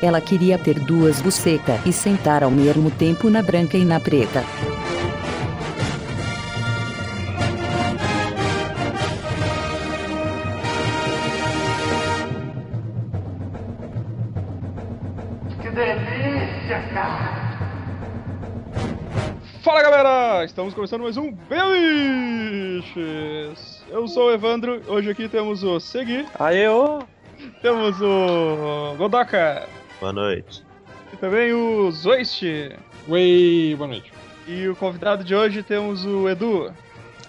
Ela queria ter duas bucetas e sentar ao mesmo tempo na branca e na preta. Que delícia, cara! Fala galera, estamos começando mais um Beliches! Eu sou o Evandro, hoje aqui temos o Segui, Aê, ô! temos o Godaka, Boa noite. e também o Zoist. Oi, boa noite. E o convidado de hoje temos o Edu.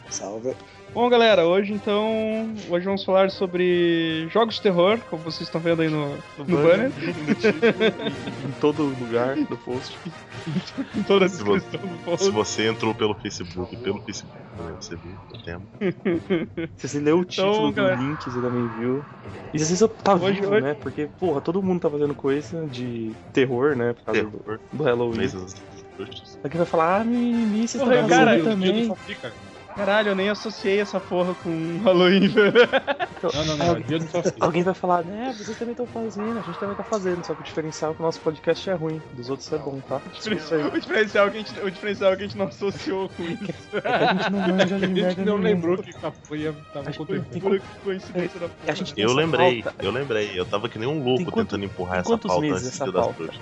Salve. Bom galera, hoje então, hoje vamos falar sobre jogos de terror, como vocês estão vendo aí no, no banner, no título, em todo lugar do post. em toda a Se você- descrição do Se post. você entrou pelo Facebook, pelo Facebook um também você viu o tema. Se você leu o título do galera. link, você também viu. E se você tá Hoje- vivo, hoje- né? Porque, porra, todo mundo tá fazendo coisa de terror, né? Por causa do, Terror, do Halloween. mês das bruxas. Alguém vai falar, ah, mimimi, você tá Porra, fazendo cara, eu também. Caralho, eu nem associei essa porra com Halloween, velho. Não, Ah, não, não, dia do Fafi. Alguém vai falar, né, vocês também estão fazendo, a gente também tá fazendo, só que o diferencial é que o nosso podcast é ruim, dos outros é bom, tá? Isso aí. O diferencial que a gente, o diferencial que a gente não associou com isso. A gente não manja de A gente merda não nenhuma. lembrou que Capoeira tava acontecendo. Pura coincidência da porra. É, né? A gente tem Eu essa lembrei, pauta- eu lembrei. Eu tava que nem um Tem louco quanto- tentando empurrar tem essa quantos pauta meses antes do essa Dia das pauta? bruxas.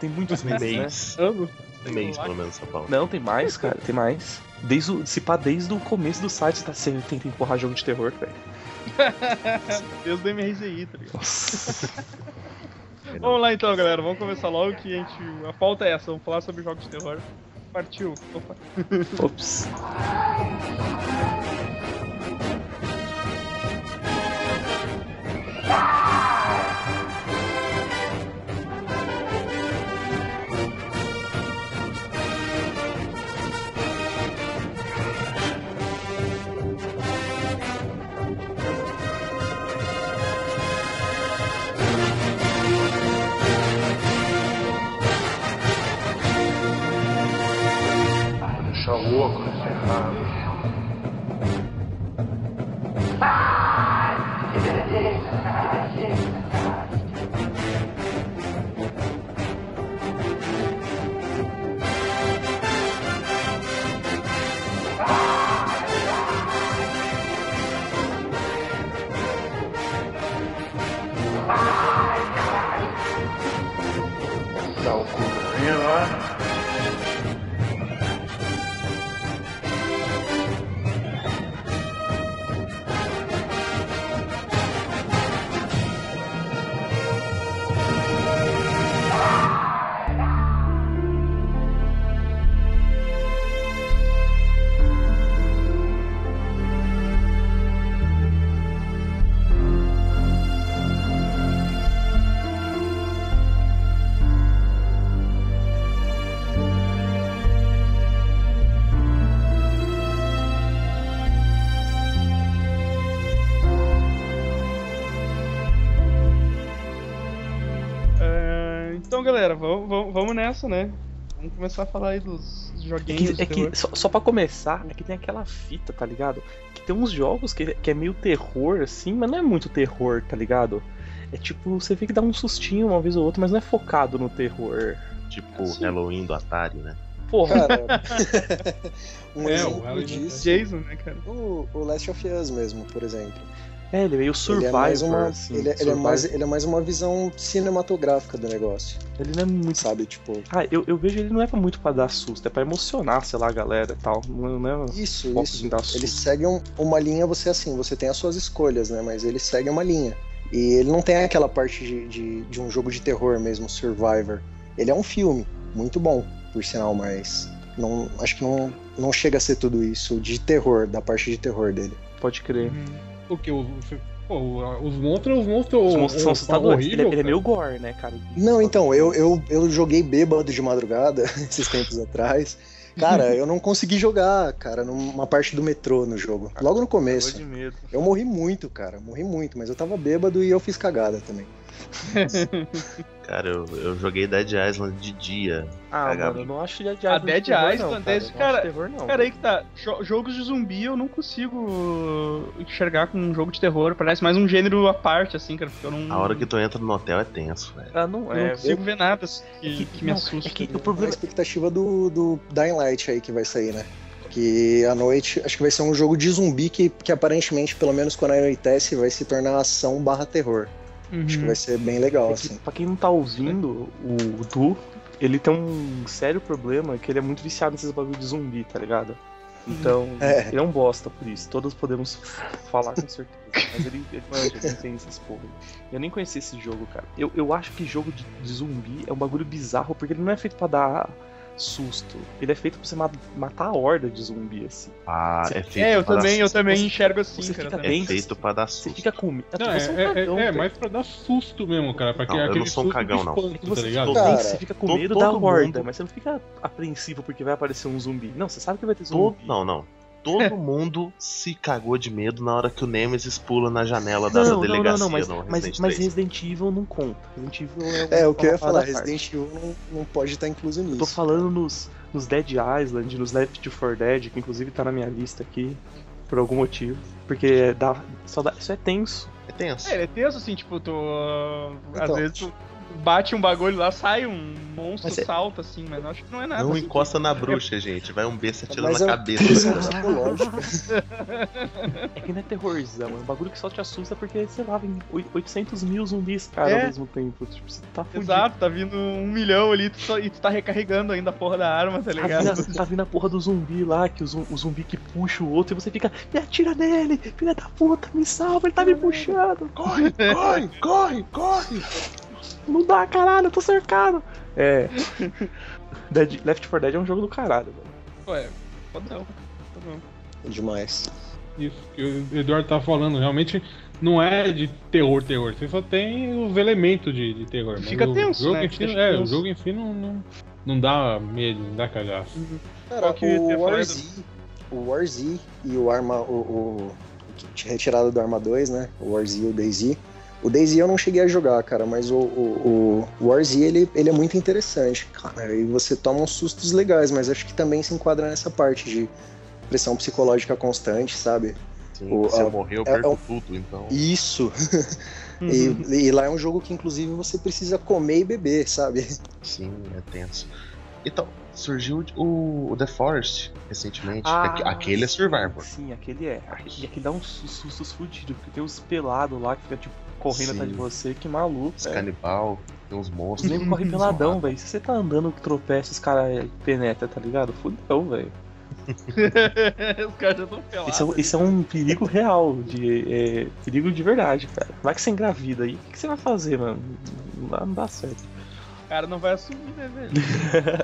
Tem muitos Um meses, né? mês. Ano? Um mês pelo menos essa pauta. Não, tem mais, cara, tem mais. Desde o, se pá, desde o começo do site tá sendo tenta empurrar jogo de terror, velho. Deus do MRZI, tá ligado? Nossa. Vamos lá então, galera. Vamos começar logo que a gente. A pauta é essa, vamos falar sobre jogos de terror. Partiu. Opa. Ops. Deixa louco nessa errada. Dá o cu pra mim, não é? Ah, então, galera, vamos, vamos, vamos nessa, né? Vamos começar a falar aí dos É joguinhos. que, de é terror. que só, só pra começar, é que tem aquela fita, tá ligado? Que tem uns jogos que, que é meio terror, assim, mas não é muito terror, tá ligado? É tipo, você vê que dá um sustinho uma vez ou outra, mas não é focado no terror. Tipo Assim? o Halloween do Atari, né? Porra, Cara, um É, o exemplo Halloween disso. Jason, né, cara? O, o Last of Us mesmo, por exemplo. é, ele é meio survivor, ele é mais uma, assim. ele, é- ele é survivor. mais, ele é mais uma visão cinematográfica do negócio, Ele não é muito. sabe? Tipo, Ah, eu, eu vejo ele não é pra muito pra dar susto, é pra emocionar, sei lá, a galera e tal. Não, não é... isso, Foco isso. em dar Ele susto. segue um- uma linha, você assim, você tem as suas escolhas, né? Mas ele segue uma linha. E ele não tem aquela parte de, de, de um jogo de terror mesmo, Survivor. Ele é um filme, muito bom, por sinal, mas não, acho que não, não chega a ser tudo isso de terror, da parte de terror dele. Pode crer. Porque o. Pô, os monstros, os monstros. Os monstros são o- o- assustadores. Ele, é- horrível, ele é cara. meio gore, né, cara? Não, então, eu, eu, eu joguei bêbado de madrugada esses tempos atrás. Cara, eu não consegui jogar, cara, numa parte do metrô no jogo. Logo Cagou de no começo. medo. Eu morri muito, cara. Morri muito, mas eu tava bêbado e eu fiz cagada também. Cara, eu, eu joguei Dead Island de dia. Ah, Pega- mano, eu não acho Dead A Island Dead terror, não, Island, cara. esse Eu cara- Não acho terror, não. Cara, aí que tá. Jo- jogos de zumbi eu não consigo enxergar com um jogo de terror. Parece mais um gênero à parte, assim, cara. Porque eu não, A Hum. hora que tu entra no hotel é tenso, velho. Ah, não eu não é. consigo ver nada assim, que, que- que me não, assusta. é que entendeu? o problema A expectativa do, do Dying Light aí que vai sair, né? Que à noite, acho que vai ser um jogo de zumbi que, que aparentemente, pelo menos quando anoitece, vai se tornar ação barra terror. Uhum. Acho que vai ser bem legal, É que, assim. pra quem não tá ouvindo, o Du, ele tem um sério problema que ele é muito viciado nesses bagulho de zumbi, tá ligado? Então, É. ele é um bosta por isso. Todos podemos falar com certeza. Mas ele, ele, mano, ele não tem essas porra. Eu nem conheci esse jogo, cara. Eu, eu acho que jogo de, de zumbi é um bagulho bizarro, porque ele não é feito pra dar susto. Ele é feito pra você ma- matar a horda de zumbi, assim. Ah, Cê- é feito É, eu pra também, dar eu susto. também Você- enxergo assim, você cara. fica também. É bem- feito pra dar Você susto. fica com medo. Tipo, Não, é, você um é- é- cagão, é velho. mais pra dar susto mesmo, cara. Pra que, Não, eu aquele não sou um susto de cagão, não. espanto, É que você, tá ligado? Cara, nem você fica com to- medo todo da horda, mundo- mas você não fica apreensivo porque vai aparecer um zumbi. Não, você sabe que vai ter Todo... zumbi. Não, não. Todo mundo se cagou de medo na hora que o Nemesis pula na janela da não, não, delegacia não, não, mas, no mas, Resident mas 3. Resident Evil não conta. Resident Evil é, É, uma- o que eu uma ia falar, parada à parte. Resident Evil não, não pode estar incluso nisso. Eu tô falando nos, nos Dead Island, nos Left 4 Dead, que inclusive tá na minha lista aqui, por algum motivo. Porque dá, só dá- isso é tenso. É tenso. É, ele é tenso assim, tipo, tu. ah, às Então. vezes tu bate um bagulho lá, sai um monstro, Mas é- salta assim, mas eu acho que não é nada. Não assim. encosta na bruxa, gente. Vai um besta atirando Mas na é uma cabeça. prisão cara. psicológica. É que não é terrorzão, é um bagulho que só te assusta porque, sei lá, vem oi- 800 mil zumbis, cara, É. ao mesmo tempo. Tipo, você tá fudido. Exato, tá vindo um milhão ali tu só- e tu tá recarregando ainda a porra da arma, tá Tá vindo, ligado? a- tá vindo a porra do zumbi lá, que o zum- o zumbi que puxa o outro e você fica, me atira nele, filha da puta, me salva, ele tá me puxando, corre, corre, corre, corre. Não dá, caralho, eu tô cercado. É. Dead- Left 4 Dead é um jogo do caralho, velho. Ué, é, fodão. fodão. Demais. Isso que o Eduardo tá falando, realmente não é de terror, terror. Você só tem os elementos de, de terror. mas Fica o tenso, jogo né? em si- Fica é, o tenso. jogo em si não, não, não dá medo, não dá cagaço. Cara, Qual que eu ia o falar, War Z, o War Z e o Arma. O, o kit retirado do Arma 2, né? O War Z e o DayZ. O DayZ eu não cheguei a jogar, cara, mas o, o, o War Z ele, ele é muito interessante, cara. E você toma uns sustos legais, mas acho que também se enquadra nessa parte de pressão psicológica constante, sabe? Sim, O- assim. se a- eu morrer, eu é- perco é um- tudo, então. Isso! Uhum. E, e lá é um jogo que, inclusive, você precisa comer e beber, sabe? Sim, é tenso. Então, surgiu o, o The Forest recentemente. Ah. Aque- Aquele é Survivor. Sim, aquele é. Aque- E aquele dá uns sus- sustos fudidos, porque tem os pelados lá que fica, tipo, correndo Sim. atrás de você, que maluco, Os velho. canibal, tem uns Os monstros. negros correm peladão, velho. Se você tá andando, tropeça, os caras penetram, tá ligado? Fudeu, velho. Os caras já tão pelados. Isso é, um- isso é um perigo real, de, é, perigo de verdade, cara. Vai que você engravida aí, o que, que você vai fazer, mano? Não dá, não dá certo. O cara não vai assumir, né, velho?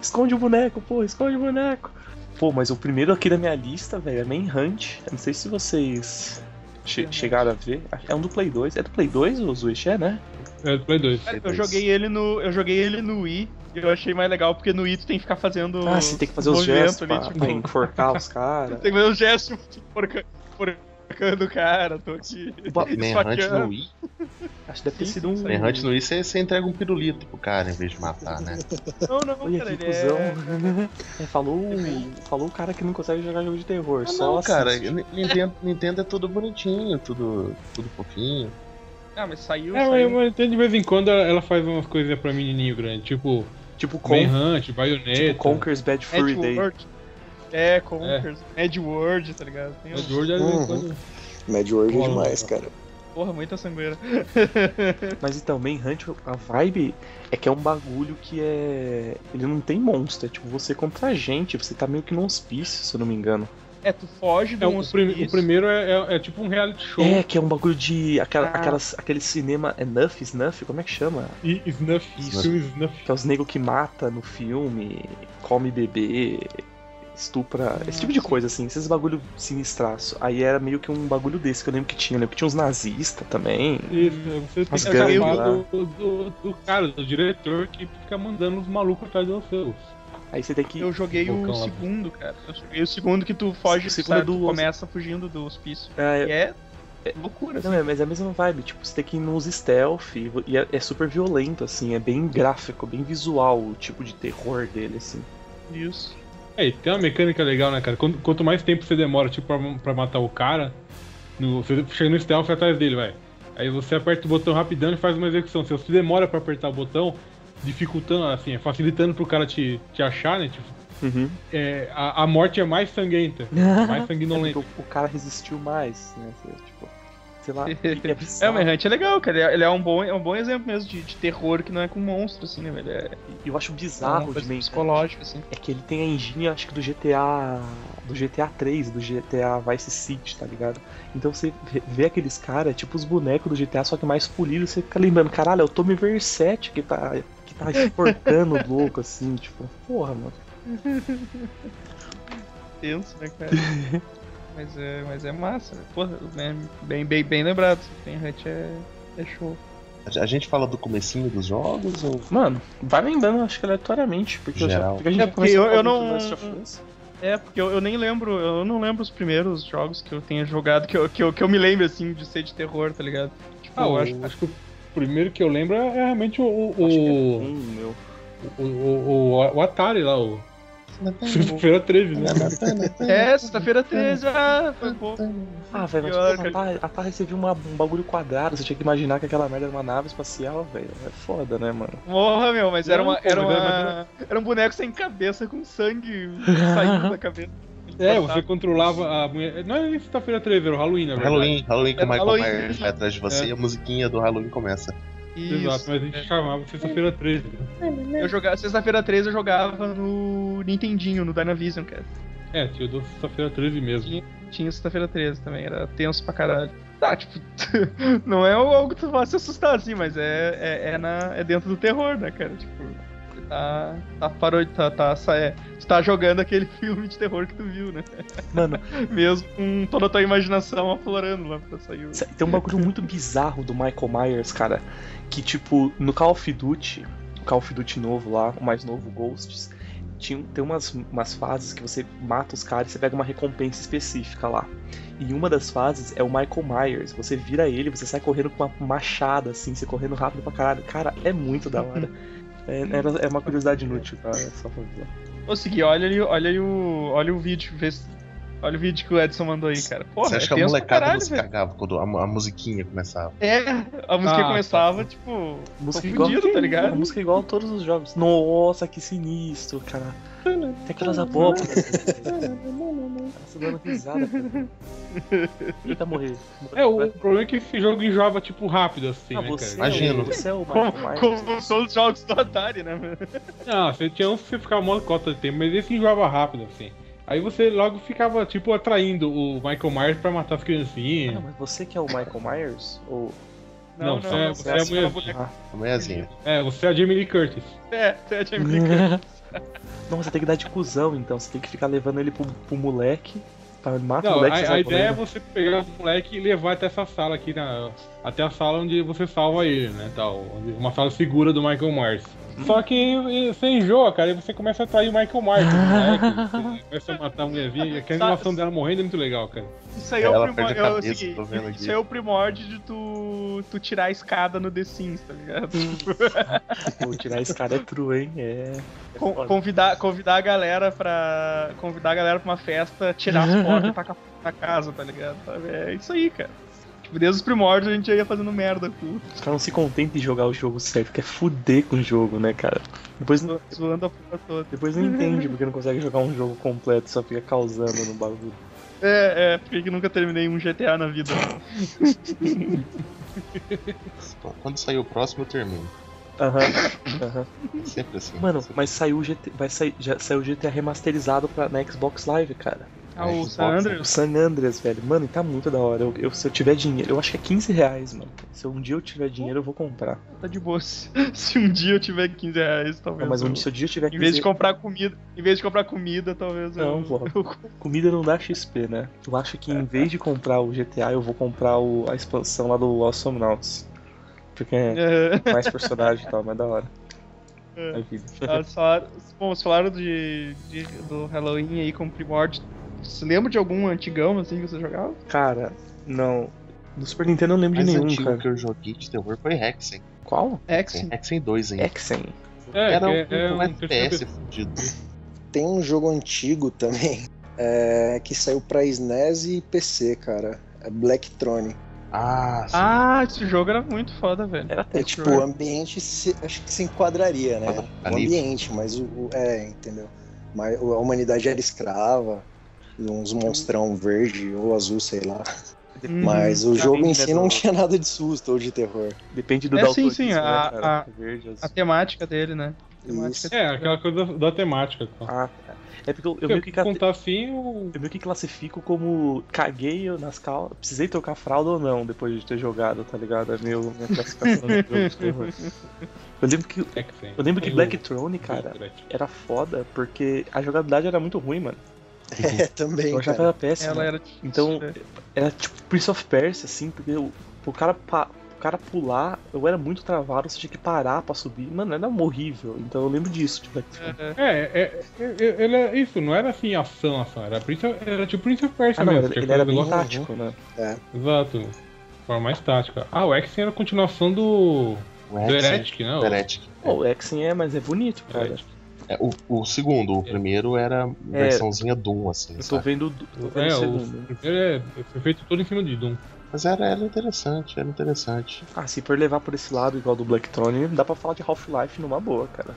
Esconde o boneco, pô, esconde o boneco. Pô, mas o primeiro aqui da minha lista, velho, é Manhunt. Eu não sei se vocês che- chegaram a ver. É um do Play 2. É do Play 2 o Switch, é, né? É do Play 2. Cara, eu Depois. joguei ele no. Eu joguei ele no Wii e eu achei mais legal, porque no Wii tu tem que ficar fazendo. Ah, você tem que fazer os movimento gestos pra, pra tipo, enforcar os caras. Tem que fazer os gestos tipo, porca- porcando o cara, tô te. Manhunt esfaqueando. no Wii. Acho que deve ter Sim, sido um... Manhunt no Wii, você você entrega um pirulito pro cara em vez de matar, né? Não, não, Olha cara, que ele cuzão. é. É, falou, falou o cara que não consegue jogar jogo de terror. Ah, só não, cara, assiste. Ni- Nintendo, Nintendo é tudo bonitinho, tudo, tudo fofinho. Ah, mas saiu. É, mas, saiu. mas tem de vez em quando ela ela faz umas coisinhas pra menininho grande, tipo Tipo, com, Manhunt, Baioneta. tipo Conker's Bad Fur Day. Edward. É, Conkers. Edward, tá ligado? Tem Mas uma de hoje, de vez Uhum. em quando- Mad World é Bola. demais, cara. porra muita sangueira. Mas então, Manhunt, a vibe é que é um bagulho que é. Ele não tem monstro, é tipo você contra a gente, você tá meio que num hospício, se eu não me engano. É, tu foge de É, um o, prim- hospício. o primeiro é, é- é tipo um reality show. É, que é um bagulho de. Aquela, Ah. aquelas- aquele cinema. É Nuff, Snuff? Como é que chama? E Snuff. Isso. Isso. Snuff. Que é os negros que mata no filme, come bebê, estupra. Esse tipo de coisa, assim, esses bagulho sinistraço. Aí era meio que um bagulho desse que eu lembro que tinha. Eu lembro que tinha uns nazistas também. Isso, é, você tem As que escapar gangues do, do, do cara, do diretor que fica mandando os malucos atrás de você. Aí você tem que. Eu joguei o Vulcão lá. segundo, cara. Eu joguei o segundo que tu foge, O segundo sabe, é do- tu começa fugindo do hospício. É, E é É- loucura. Não, é, mas é a mesma vibe, tipo, você tem que ir nos stealth e vo- e é, é super violento, assim, é bem gráfico, bem visual o tipo de terror dele, assim. Isso. É, e tem uma mecânica legal, né, cara? Quanto, quanto mais tempo você demora, tipo, pra, pra matar o cara, no- você chega no stealth atrás dele, vai. Aí você aperta o botão rapidão e faz uma execução. Se você demora pra apertar o botão, dificultando, assim, facilitando pro cara te, te achar, né? Tipo, Uhum. é, a, a morte é mais sanguenta, mais sanguinolenta. o, o cara resistiu mais, né? você, Tipo, sei lá, é É, bizarro. o Manhunt é legal, cara. Ele é- Ele é um bom, é um bom exemplo mesmo de, de terror que não é com monstro, assim, né, velho? É, E eu é acho uma bizarro né? de coisa Manhunt. psicológica, assim. É que ele tem a engine, acho que do GTA. Do GTA 3, do GTA Vice City, tá ligado? Então você vê- vê aqueles caras, tipo os bonecos do GTA, só que mais polido, você fica lembrando, caralho, é o Tommy Versetti que tá, que tá exportando o louco, assim, tipo, porra, mano. Tenso, né, cara? mas, é, mas é massa, velho. Porra, né? Bem, bem, bem lembrado. Manhunt é, é show. A gente fala do comecinho dos jogos ou. Mano, vai lembrando, acho que aleatoriamente, porque, eu já, Geral. porque a gente É, já porque eu- eu falando de não- Last of Us. É, porque eu, eu nem lembro, eu não lembro os primeiros jogos que eu tenha jogado, que eu, que eu, que eu me lembro, assim, de ser de terror, tá ligado? Tipo, Ah, eu acho, acho, acho que o primeiro que eu lembro é realmente o, o, Acho que é o, um, meu. o, o, o- o Atari lá, o. Feira 13, né? É, sexta-feira 13, ah, foi bom. Ah, velho, mas Pior, porra, a Atari recebeu uma, um bagulho quadrado, você tinha que imaginar que aquela merda era uma nave espacial, velho. É foda, né, mano? Morra, meu, mas era, Não, uma, pô, era, mas era uma, era um boneco sem cabeça, com sangue saindo da cabeça. É, você controlava a mulher. Não é sexta-feira 13, era o Halloween, na verdade. Halloween, Halloween que É o Michael Halloween. Myers vai atrás de você É. e a musiquinha do Halloween começa. Exato, Isso. mas a gente chamava sexta-feira 13. né? Eu jogava, sexta-feira 13 eu jogava no Nintendinho, no Dynavision, cara. É, tio do sexta-feira 13 mesmo. Tinha sexta-feira 13 também, era tenso pra caralho. Tá, tipo, não é algo que tu vá se assustar assim, mas é, é, é na, é dentro do terror, né, cara? Tipo, tá. Tá parou tá, tá, sa- é, tu tá jogando aquele filme de terror que tu viu, né? Mano, Mesmo com toda a tua imaginação aflorando lá pra sair. o- Sa- Tem um bagulho muito bizarro do Michael Myers, cara. Que, tipo, no Call of Duty, o Call of Duty novo lá, o mais novo, Ghosts, tinha, tem umas, umas fases que você mata os caras e você pega uma recompensa específica lá. E uma das fases é o Michael Myers. Você vira ele, você sai correndo com uma machada, assim, você correndo rápido pra caralho. Cara, é muito da hora. É, era- é uma curiosidade inútil, tá? É só pra avisar. Ô, Segui, olha ali, olha aí o. Olha o vídeo, vê se- Olha o vídeo que o Edson mandou aí, cara. Porra, você acha é que a tenso pra molecada caralho, não se velho. cagava quando a, mu- a musiquinha começava? É, a música Ah, começava, tipo, Música tô fudido, tá A ligado? música igual a todos os jogos. Nossa, que sinistro, cara. Tem aquelas abóboras. Nossa, dando risada. cara. Eita, morrer. É, o problema é que esse jogo enjoava, tipo, rápido, assim, Ah, né, você, cara? é o- Imagino. você é o Como, Michael Myers. como todos os jogos do Atari, né? Ah, você tinha uns que você ficava uma cota de tempo, mas esse enjoava rápido, assim. Aí você logo ficava, tipo, atraindo o Michael Myers pra matar as Ah, criancinhas. mas você que é o Michael Myers? Ou... Não, você é- você é essa mulher. mulher. Ah, A mulherzinha. É, você é a Jamie Lee Curtis. É, você é Jamie Lee Curtis. Não, você tem que dar de cuzão, então. Você tem que ficar levando ele pro, pro moleque. Tá, mata o Não, a, moleque. você a sai ideia é correndo. você pegar o moleque e levar até essa sala aqui, na, até a sala onde você salva ele, né, tal. onde- Uma sala segura do Michael Myers. Uhum. Só que eh, você enjoa, cara, e você começa a atrair o Michael Myers, o moleque, você começa a matar a mulherzinha, e aquela Sabe- animação dela morrendo é muito legal, cara. Isso aí é o Ela perde a primórdio. cabeça, tô vendo aqui. Isso aí é o primórdio de tu, tu tirar a escada no The Sims, tá ligado? Pô, tirar esse cara é true, hein? É. Con- foda. convidar, convidar a galera pra. Convidar a galera pra uma festa, tirar as fotos e tacar fogo na casa, tá ligado? Sabe? É isso aí, cara. Tipo, desde os primórdios a gente já ia fazendo merda com Os caras não se contentam em jogar o jogo certo, quer fuder com o jogo, né, cara? Depois, não- zoando a porra toda. depois não entende porque não consegue jogar um jogo completo, só fica causando no bagulho. É, é, por que que nunca terminei um GTA na vida? É. Bom, Quando sair o próximo, eu termino. Aham, aham. Sempre assim. Mano, Sempre. mas saiu o GTA, vai sair, já saiu o GTA remasterizado pra, na Xbox Live, cara. Ah, o Xbox, San O Andreas? San Andreas, velho. Mano, e tá muito da hora. Eu, eu- se eu tiver dinheiro, eu acho que é 15 reais, mano. Se um dia eu tiver dinheiro, eu vou comprar. Tá de boa. Se, se um dia eu tiver 15 reais, talvez. Não, mas eu- um, se eu dia eu tiver Em vez de 15 comprar comida, em vez de comprar comida, talvez eu- Não, pô. Comida não dá XP, né? Eu acho que É. em vez de comprar o GTA, eu vou comprar o- a expansão lá do Awesome Nauts. Porque é É, mais personagem e tal, mais da hora. É. É vida. elas falaram- bom, vocês falaram de, de- do Halloween aí com o Primord. Você lembra de algum antigão assim que você jogava? Cara, não. Do Super Nintendo eu não lembro mais de nenhum, antigo cara. que eu joguei de terror foi Hexen. Qual? X. Hexen 2 ainda. Exen. É, Era um, que é- é um um FPS fudido. Tem um jogo antigo também é, que saiu pra SNES e PC, cara. É Blacktron. Ah, sim. Ah, esse jogo era muito foda, velho. Era É até tipo, o ambiente se- acho que se enquadraria, né? O Ali. ambiente, mas o, o- é, entendeu? Mas a humanidade era escrava, e uns monstrão verde ou azul, sei lá. Uhum. Mas o Pra jogo mim, em né, si do- não tinha nada de susto ou de terror. Depende do É, sim, daltonismo, sim, né, a- cara? a- Verde, azul. A temática dele, né? A Isso. temática É, aquela coisa da, da temática. Então. Ah, tá. É porque eu, eu Se meio que cate- contar assim, o... eu meio que classifico como caguei nas calças. Precisei trocar fralda ou não depois de ter jogado, tá ligado? É meu, minha classificação de jogo de terror. Eu lembro que, eu Hexen. lembro que Tem um o- Blacktron, cara, era foda porque a jogabilidade era muito ruim, mano. É, também, Eu achava que cara. era péssima. Ela era difícil, Então, né? era tipo Prince of Persia, assim, porque o, pro cara, pa- pro cara pular, eu era muito travado, você tinha que parar pra subir. Mano, era horrível. Então eu lembro disso de Blacktron. É, É, é, é- é- ele é- isso, não era assim ação, ação, era, Prince, of- era tipo Prince of Persia Ah, não, mesmo. ele, tinha ele era aquele bem negócio- tático, né? Exato, forma mais tática. Ah, o Hexen era a continuação do, O do Hexen, Heretic, né? do é Heretic. Pô, o Exen é, mas é bonito, cara. Heretic. É, o, o segundo, o primeiro era versãozinha Doom, assim, É. Eu tô sabe? vendo, o du- tô vendo É, o o segundo. primeiro é, foi feito todo em cima de Doom. Mas era, era interessante, era interessante. Ah, se for levar por esse lado igual do Blacktron, dá pra falar de Half-Life numa boa, cara.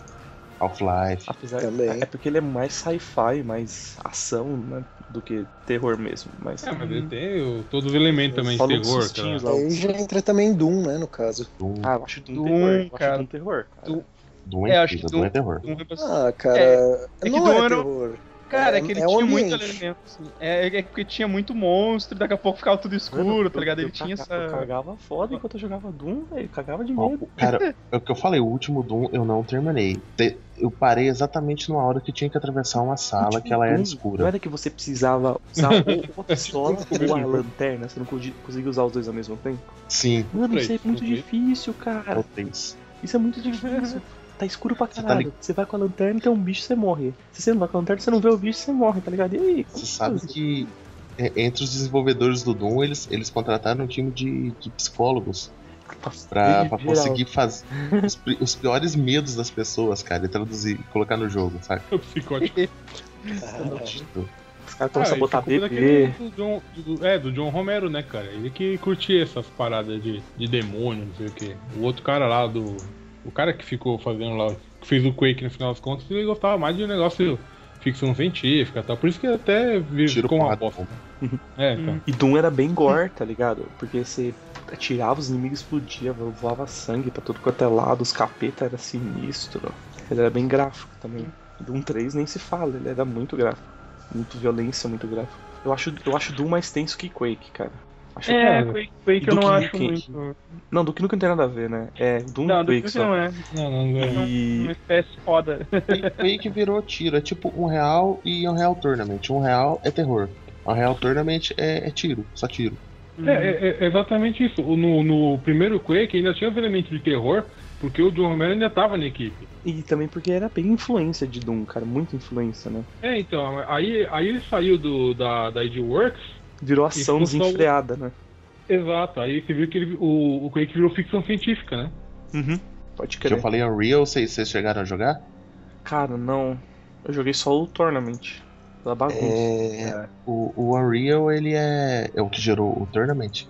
Half-Life. Apesar Também. É porque ele é mais sci-fi, mais ação, né? Do que terror mesmo. Mas. É, mas ele tem o- todos os elementos também, Só não terror, sustinhos cara. lá. Aí já entra também Doom, né, no caso. Doom, Ah, eu acho de um Doom, terror. Eu acho cara. de um terror. cara. Doom. Doom é, é acho incrível, que Doom é Doom- terror. Doom é bastante- Ah, cara, que não Doom era era- terror. Cara, É, é que ele é o tinha muito ambiente. elemento. assim. É, é porque tinha muito monstro, daqui a pouco ficava tudo escuro, tá ligado? Ele Eu tinha caga- Eu essa. cagava foda enquanto eu jogava Doom, velho. Cagava de Ó, medo. Cara, é o que eu falei, o último Doom eu não terminei. Te- Eu parei exatamente na hora que tinha que atravessar uma sala que ela Tipo, Doom, Não era é? escura. era que você precisava usar ou a pistola ou a lanterna, você não consi- conseguia usar os dois ao mesmo tempo? Sim, Mano, isso é Três, muito ok. difícil, cara. eu tenho isso. Isso é muito difícil. Tá escuro pra Você tá caralho. Você vai com a lanterna, tem um bicho, você morre. Se você não vai com a lanterna, você não vê o bicho, você morre, tá ligado? E aí? Você sabe que é, entre os desenvolvedores do Doom, eles, eles contrataram um time de, de psicólogos pra, pra conseguir fazer os, pri- os piores medos das pessoas, cara, e traduzir e colocar no jogo, sabe? O psicótico. Cara, Tipo, Os caras Ah, tão sabotar isso é culpa bebê. daquele do John- do- é, do John Romero, né, cara? Ele que curtia essas paradas de, de demônio, não sei o quê. O outro cara lá do. O cara que ficou fazendo lá, que fez o Quake no final das contas, ele gostava mais de um negócio de ficção científica e tal. Por isso que até vi- Tiro ficou uma porrada, bosta. É, então. E Doom era bem gore, Hum. tá ligado? Porque você atirava, os inimigos explodia, vo- voava sangue pra tudo quanto é lado, os capeta era sinistro. Ele era bem gráfico Hum. também. Doom 3 nem se fala, ele era muito gráfico. Muito violência, muito gráfico. Eu acho, eu acho Doom mais tenso que Quake, cara. Acho É, que- Quake, Quake eu Duke não acho Nukem. muito. Não, do que não tem nada a ver, né? É Doom Não, e do Quake que só. não é. Não, não, não. não. E Uma espécie foda. Meio que virou tiro. É tipo um real e um real tournament. Um real é terror. Um real tournament é, é tiro, só tiro. É, é, é exatamente isso. O- No, no primeiro Quake ainda tinha os elementos de terror, porque o John Romero ainda tava na equipe. E também porque era bem influência de Doom, cara, muita influência, né? É, então, aí, aí ele saiu do, da, da ID Works Virou E ação ficou só o- desenfreada, né? Exato, aí você viu que ele- o, o Quake virou ficção científica, né? Uhum. Pode Que eu crer. falei Unreal, vocês vocês chegaram a jogar? Cara, não. Eu joguei só o Tournament. Da bagunça. É, o, o Unreal, ele é, é o que gerou o Tournament.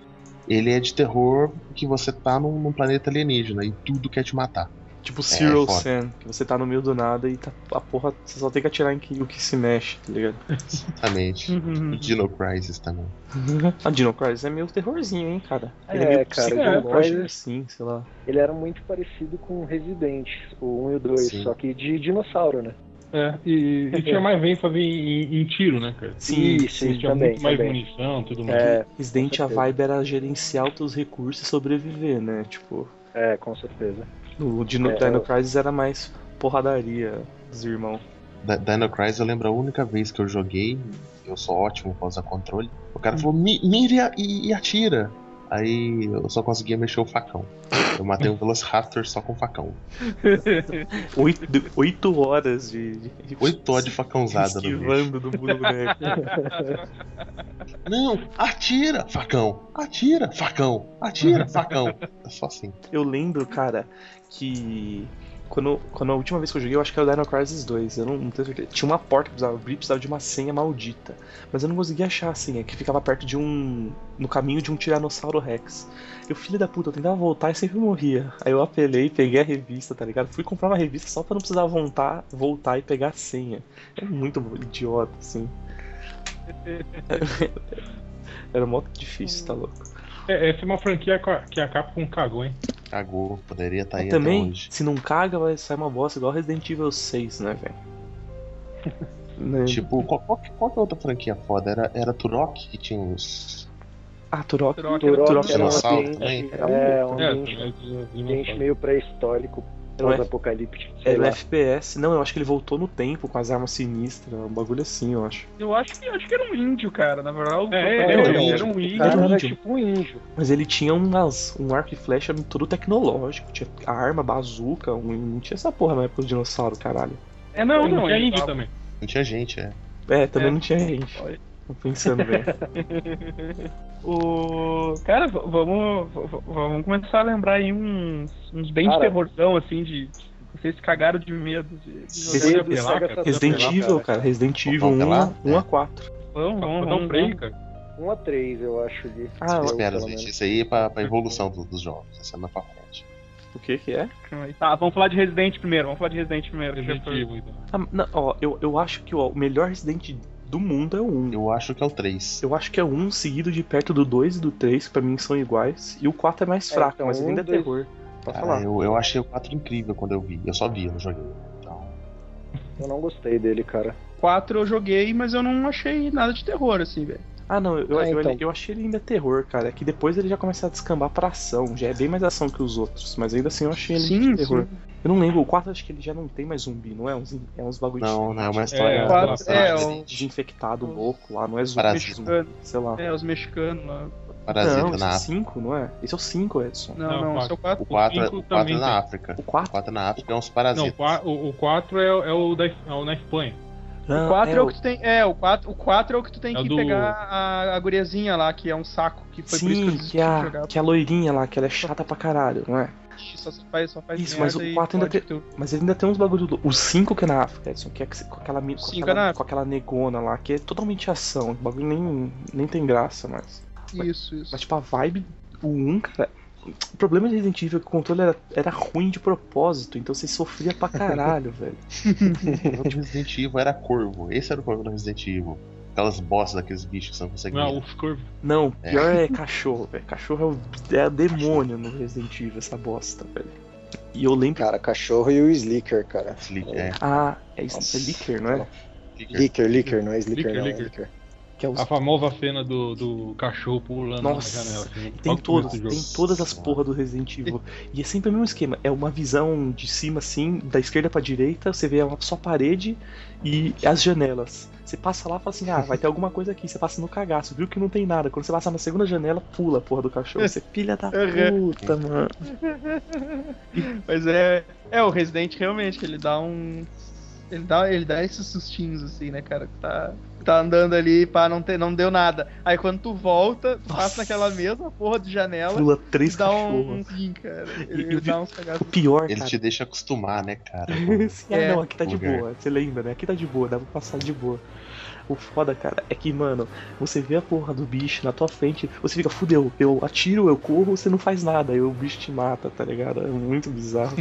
Ele é de terror que você tá num, num planeta alienígena e tudo quer te matar. Tipo Zero foda. Sen, que você tá no meio do nada e tá, a porra, você só tem que atirar em que- o que se mexe, tá ligado? Exatamente. Uhum. O Dino Crisis também. a Dino Crisis é meio terrorzinho, hein, cara. Ele é, Uhum. É, meio cara, psicológico, Dino Crisis- assim, sei lá. ele era muito parecido com Resident, um o 1 e o 2, Sim. só que de dinossauro, né? É, e, e tinha mais ênfase em, em- em tiro, né, cara? Sim, Isso, Tinha isso também, muito mais também. munição tudo mais. É, Resident, com a certeza. vibe era gerenciar os teus recursos e sobreviver, né? Tipo, é, com certeza. no Dino, É, Dino eu- Crisis era mais porradaria dos irmãos. Da, Dino Crisis, eu lembro a única vez que eu joguei, eu sou ótimo pra usar controle. O cara falou, "Mi- mira e, e atira. Aí eu só conseguia mexer o facão. Eu matei um Velociraptor só com facão. Oito, oito horas de. de Oito horas de facãozada no bicho. Esquivando do boneco. Não, atira, facão. Atira, facão. Atira, facão. É só assim. Eu lembro, cara, que. Quando, quando a última vez que eu joguei, eu acho que era o Dino Crisis 2, eu não, não tenho certeza. Tinha uma porta que precisava abrir, precisava de uma senha maldita. Mas eu não conseguia achar a senha, que ficava perto de um. no caminho de um Tiranossauro Rex. Eu, filho da puta, eu tentava voltar e sempre morria. Aí eu apelei, peguei a revista, tá ligado? Fui comprar uma revista só pra não precisar voltar, voltar e pegar a senha. É muito idiota, assim. Era muito difícil, tá louco? É, essa é uma franquia co- que a Capcom cagou, hein? Cagou, poderia estar aí Mas até também, hoje. se não caga, vai sair uma bosta igual Resident Evil 6, né, velho? Né? Tipo, qual, qual, que- qual que é outra franquia foda? Era, era Turok que tinha uns. Ah, Turok. Turok Turok, era- Turok era era um um dinossauro ambiente- também. É, um É, ambiente, é de- de- ambiente meio pré-histórico, é Era um F- pós-apocalíptico. sei era um lá. FPS. Não, eu acho que ele voltou no tempo com as armas sinistras, um bagulho assim, eu acho. Eu acho que, acho que era um índio, cara, na verdade. É, é, era, é, era um O índio. cara era índio. tipo um índio. Mas ele tinha umas, um arco e flecha todo tecnológico. Tinha arma, bazuca, um, não tinha essa porra na época do dinossauro, caralho. É, não, Não, não. não, é ele indie tava- também. Não tinha gente, é. É, também É. não tinha gente. Olha. Tô pensando, velho. O... Cara, v- vamos, v- v- vamos começar a lembrar aí uns, uns bem de Cara. terrorzão, assim, de. Vocês cagaram de medo de, de jogar Medo, de saga cara. Resident Resident Evil, cara. Resident Evil 1 a, Vamos lá? 1 É. a 4. Vamos, vamos, Vamos dar um vamos. break, vamos. cara. 1 a 3, eu acho. De... Ah, eu, Espera, pelo gente. menos. Isso aí é pra, pra evolução do- dos jogos. Essa é mais pra frente. O que que é? Tá, vamos falar de Resident primeiro. Vamos falar de Resident primeiro. Resident que Evil, então. Ah, não, ó, eu, eu acho que ó, o melhor Resident do mundo é o 1. Eu acho que é o 3. Eu acho que é o 1 seguido de perto do 2 e do 3, que pra mim são iguais. E o 4 é mais É, fraco, então, mas ele um, ainda é dois- terror. Pode Cara, falar. eu, eu achei o 4 incrível quando eu vi. Eu só vi, eu não joguei. Então, eu não gostei dele, cara. 4 eu joguei, mas eu não achei nada de terror, assim, velho. Ah, não, eu, Ah, eu- então. eu achei ele ainda terror, cara. É que depois ele já começa a descambar pra ação. Já é bem mais ação que os outros, mas ainda assim eu achei ele Sim, de terror. Eu não lembro, o 4 acho que ele já não tem mais zumbi, não é? Uns, é uns bagulho de- não, não é uma É, história. o uma quatro- história é, um o- diferente. desinfectado louco lá, não é zumbi, Parasita. zumbi sei lá. É, os mexicanos lá. Parasita não, esse na é o África. 5, não é? Esse é o 5, Edson. Não, Não, não, quatro. esse é o 4. O 4 é, cinco o quatro é também na tem. África. O O 4? 4 na África é uns Não, o parasitas. qua- o 4 é, é o da é o na Espanha. Ah, Então, O 4 é, o que tu tem. É, o 4, o 4 é o que tu tem É o que do- pegar a, a guriazinha lá, que é um saco, que foi por isso que eu Sim, desisti que de a, jogar. que a loirinha lá, que ela é chata pra caralho, não é? Só faz, só faz Isso, mas o merda e quatro ainda fode tem- tudo. Mas ele ainda tem uns bagulho louco. O 5 que é na África, Edson, que é que- com aquela, mi- com Cinco é na aquela, África. com aquela negona lá, que é totalmente ação. O bagulho nem, nem tem graça mais. Isso, isso. Mas, tipo, a vibe, o 1, cara. O problema de Resident Evil é que o controle era, era ruim de propósito, então você sofria pra caralho, velho. O do Resident Evil era corvo. Esse era o problema do Resident Evil. Aquelas bossas daqueles bichos que você não consegue Não, ver. os curvos. Não, pior é, cachorro, velho. Cachorro é o, é o demônio no Resident Evil, essa bosta, velho. E eu lembro. Cara, cachorro e o Slicker, cara. Slick, é. Ah, é isso, Nossa. é Licker, não é? Slicker. Licker, Licker, não é Slicker, Licker, não. Licker. É Licker. Que é os A famosa cena do, do cachorro pulando Nossa, na janela. Tem assim, logo no começo todas, do jogo. tem todas as porra do Resident Evil. E é sempre o mesmo esquema. É uma visão de cima, assim, da esquerda pra direita, você vê uma só parede e as janelas. Você passa lá e fala assim, ah, vai ter alguma coisa aqui. Você passa no cagaço, viu que não tem nada. Quando você passa na segunda janela, pula a porra do cachorro. Você filha da puta, mano. Mas é. É, o Resident realmente, ele dá um. Ele dá, ele dá esses sustinhos, assim, né, cara? Que tá, tá andando ali, pá, não, te, não deu nada. Aí quando tu volta, tu passa Nossa. naquela mesma porra de janela Pula e três dá um. cachorros. Sim, cara. E- Ele, e ele o vi- dá uns cagaços. O pior, Ele cara. te deixa acostumar, né, cara? Sim, ah, É. não, aqui tá de Lugar. boa. Você lembra, né? Aqui tá de boa, dá pra passar de boa. O foda, cara, é que, mano, você vê a porra do bicho na tua frente, você fica, fudeu, eu atiro, eu corro, você não faz nada, aí o bicho te mata, tá ligado? É muito bizarro.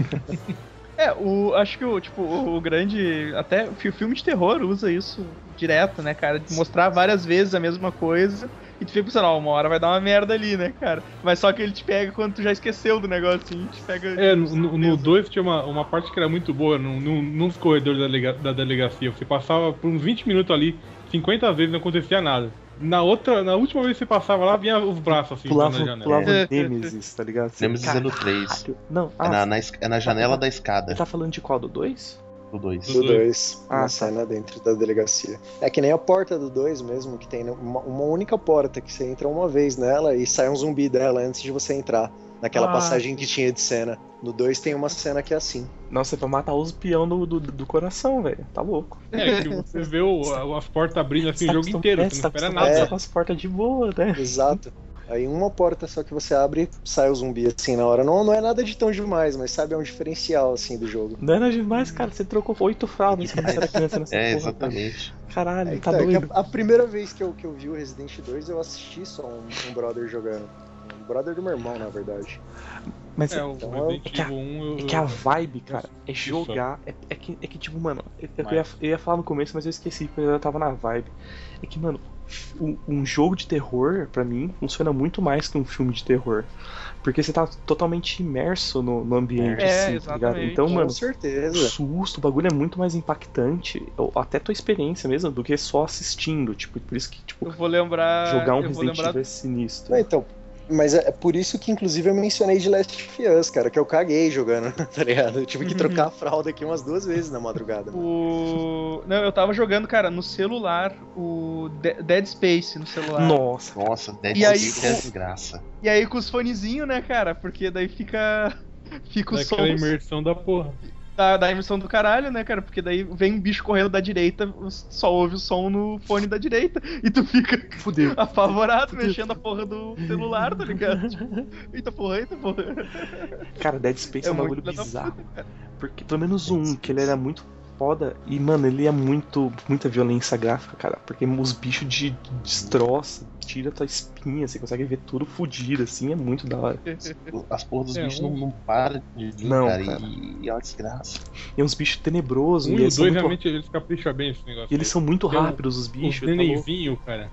É, o, acho que o, tipo, o, o grande. Até o fi- filme de terror usa isso direto, né, cara? De mostrar várias vezes a mesma coisa. E tu fica pensando, ó, uma hora vai dar uma merda ali, né, cara? Mas só que ele te pega quando tu já esqueceu do negócio, assim, te pega. É, no- no 2 tinha uma, uma parte que era muito boa, num, num, nos corredores da, delega- da delegacia. Você passava por uns 20 minutos ali, 50 vezes não acontecia nada. Na outra, na última vez que você passava lá, vinha os braços assim, Pulava, na janela. pulava É. Nemesis, tá ligado? Você, Nemesis é no 3. caralho. Não, É ah, na, na, es- é na janela da você escada tá falando de qual? Do 2? do 2. Do Do 2. Ah, Ah, tá. sai lá dentro da delegacia. É que nem a porta do 2 mesmo, que tem uma, uma única porta que você entra uma vez nela e sai um zumbi dela antes de você entrar. Naquela Ah. passagem que tinha de cena. No 2 tem uma cena que é assim. Nossa, é pra matar os peão do, do, do coração, velho. Tá louco. É, que você vê o- as portas abrindo assim o jogo acostum- inteiro, é, você tá não espera acostumado nada. só com as portas de boa, né? Exato. Aí uma porta só que você abre, sai o zumbi assim na hora. Não, não é nada de tão demais, mas sabe, é um diferencial assim do jogo. Não era demais, cara. Você trocou oito fraldas quando você era criança nessa É, porra. tá exatamente. Caralho, Aí que tá tá, é que doido. a, a primeira vez que eu, que eu vi o Resident 2, eu assisti só um, um brother jogando. Um brother do meu irmão, na verdade. Mas É, o Então, é Resident que a- Evil 1 eu- É que a vibe, cara, é Isso. jogar. É, é que, é que, tipo, mano, é que eu, ia, Mas- eu ia falar no começo, mas eu esqueci, porque eu tava na vibe. É que, mano, um, um jogo de terror, pra mim, funciona muito mais que um filme de terror. Porque você tá totalmente imerso no, no ambiente, É, assim, tá ligado? exatamente. Então, mano, Com certeza. susto, o bagulho é muito mais impactante, ou até tua experiência mesmo, do que só assistindo. Tipo, por isso que, tipo, Eu vou lembrar. jogar Ah, um eu vou Resident lembrar Evil é sinistro. Não, então, mas é por isso que, inclusive, eu mencionei de Last of Us, cara, que eu caguei jogando, tá ligado? Eu tive que trocar a fralda aqui umas duas vezes na madrugada. mano. o. Não, eu tava jogando, cara, no celular, o De- Dead Space no celular. Nossa, Nossa, Dead E aí, Space é desgraça. E aí com os fonezinhos, né, cara? Porque daí fica. Fica o som Daquela imersão da porra. da, da imersão do caralho, né, cara? Porque daí vem um bicho correndo da direita, só ouve o som no fone da direita. E tu fica fudeu. apavorado, mexendo a porra do celular, tá ligado? Tipo, eita porra, eita porra. Cara, Dead Space é, um bagulho filho da bizarro. puta, cara. Porque, pelo menos um, que ele era muito foda. E, mano, ele é muito. muita violência gráfica, cara. Porque os bichos de de destroça, tira tua espinha, você consegue ver tudo fudido, assim, é muito da hora. As porras dos É, bichos um- não, não param de vir, Não, cara. cara. E, e é uma desgraça. E é uns bichos tenebrosos, e Um e o eles, dois são muito, realmente eles capricham bem esse negócio. e eles são muito Tem um- rápidos, os Os bichos. tá louco? nenenzinhos, cara.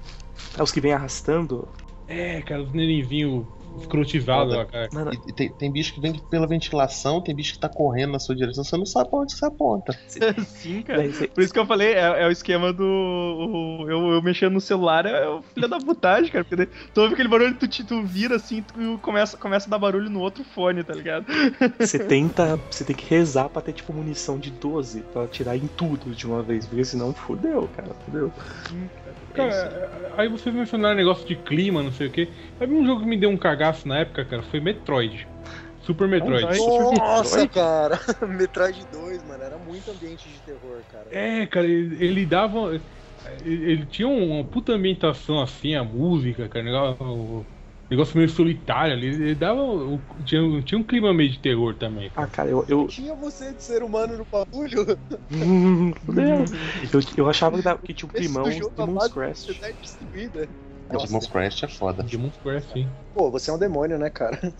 Ah, os que vêm arrastando. É, cara, os nenenzinhos escrotizados lá, cara. Mano, E, e tem, tem bicho que vem pela ventilação, tem bicho que tá correndo na sua direção, você não sabe pra onde você aponta. Sim, cara. daí é, você- Por isso que eu falei, é, é o esquema do. o- eu, eu mexendo no celular é o filho da putagem, cara. Porque daí tu ouve aquele barulho, tu, te- tu vira assim, tu começa, começa a dar barulho no outro fone, tá ligado? você tenta. Você tem que rezar pra ter, tipo, munição de 12 pra tirar em tudo de uma vez. Porque senão fudeu, cara. Fudeu. Cara, aí vocês mencionaram negócio de clima, não sei o quê. Sabe um jogo que me deu um cagaço na época, cara? Foi Metroid. Super Metroid. Nossa, cara! Metragem 2, mano, era muito ambiente de terror, cara. É, cara, ele, ele dava. Ele, ele tinha um, uma puta ambientação assim, a música, cara, negócio, o negócio meio solitário ali. Ele dava. o- tinha, um- tinha um clima meio de terror também. Ah, Cara. cara, eu- eu, Tinha você de ser humano no bagulho? Fudeu. eu, eu achava que, da- que tinha um Esse climão jogo Demon's amado, Crest. tá destruída. Demon's Crash é foda. Demon's Crash, sim. Pô, você é um demônio, né, cara?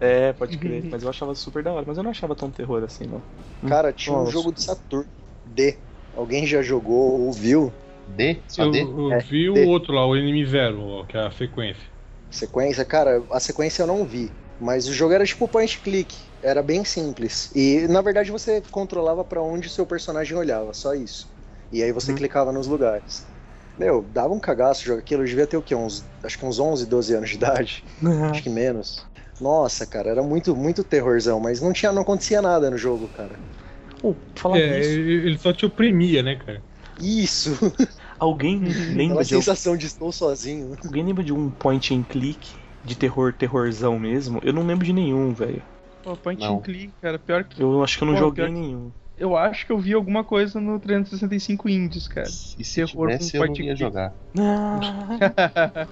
É, pode crer, mas eu achava super da hora, mas eu não achava tão terror assim, não. Cara, tinha um Nossa. jogo de Saturno. D. Alguém já jogou ou viu? D? Só Eu, D? eu É, vi D. o outro lá, o Enemy Zero, ó, que é a sequência. Sequência, cara, a sequência eu não vi. Mas o jogo era tipo point click. Era bem simples. E na verdade você controlava pra onde o seu personagem olhava, só isso. E aí você Hum. clicava nos lugares. Meu, dava um cagaço jogar aquilo. Eu devia ter o quê? Uns, acho que uns 11, 12 anos de idade. Acho que menos. Nossa, cara, era muito, muito terrorzão. Mas não tinha, não acontecia nada no jogo, cara. Pô, falar É, nisso, ele ele só te oprimia, né, cara? Isso! alguém Aquela lembra, de, sensação de estou sozinho. alguém lembra de um point and click de terror, terrorzão mesmo? Eu não lembro de nenhum, velho. Pô, point Não. and click, cara. Pior que. Eu acho que eu não Pô, joguei pior que- nenhum. Eu acho que eu vi alguma coisa no 365 Indies, cara. E se Terror com tivesse, eu não parte ia click. jogar. Ah,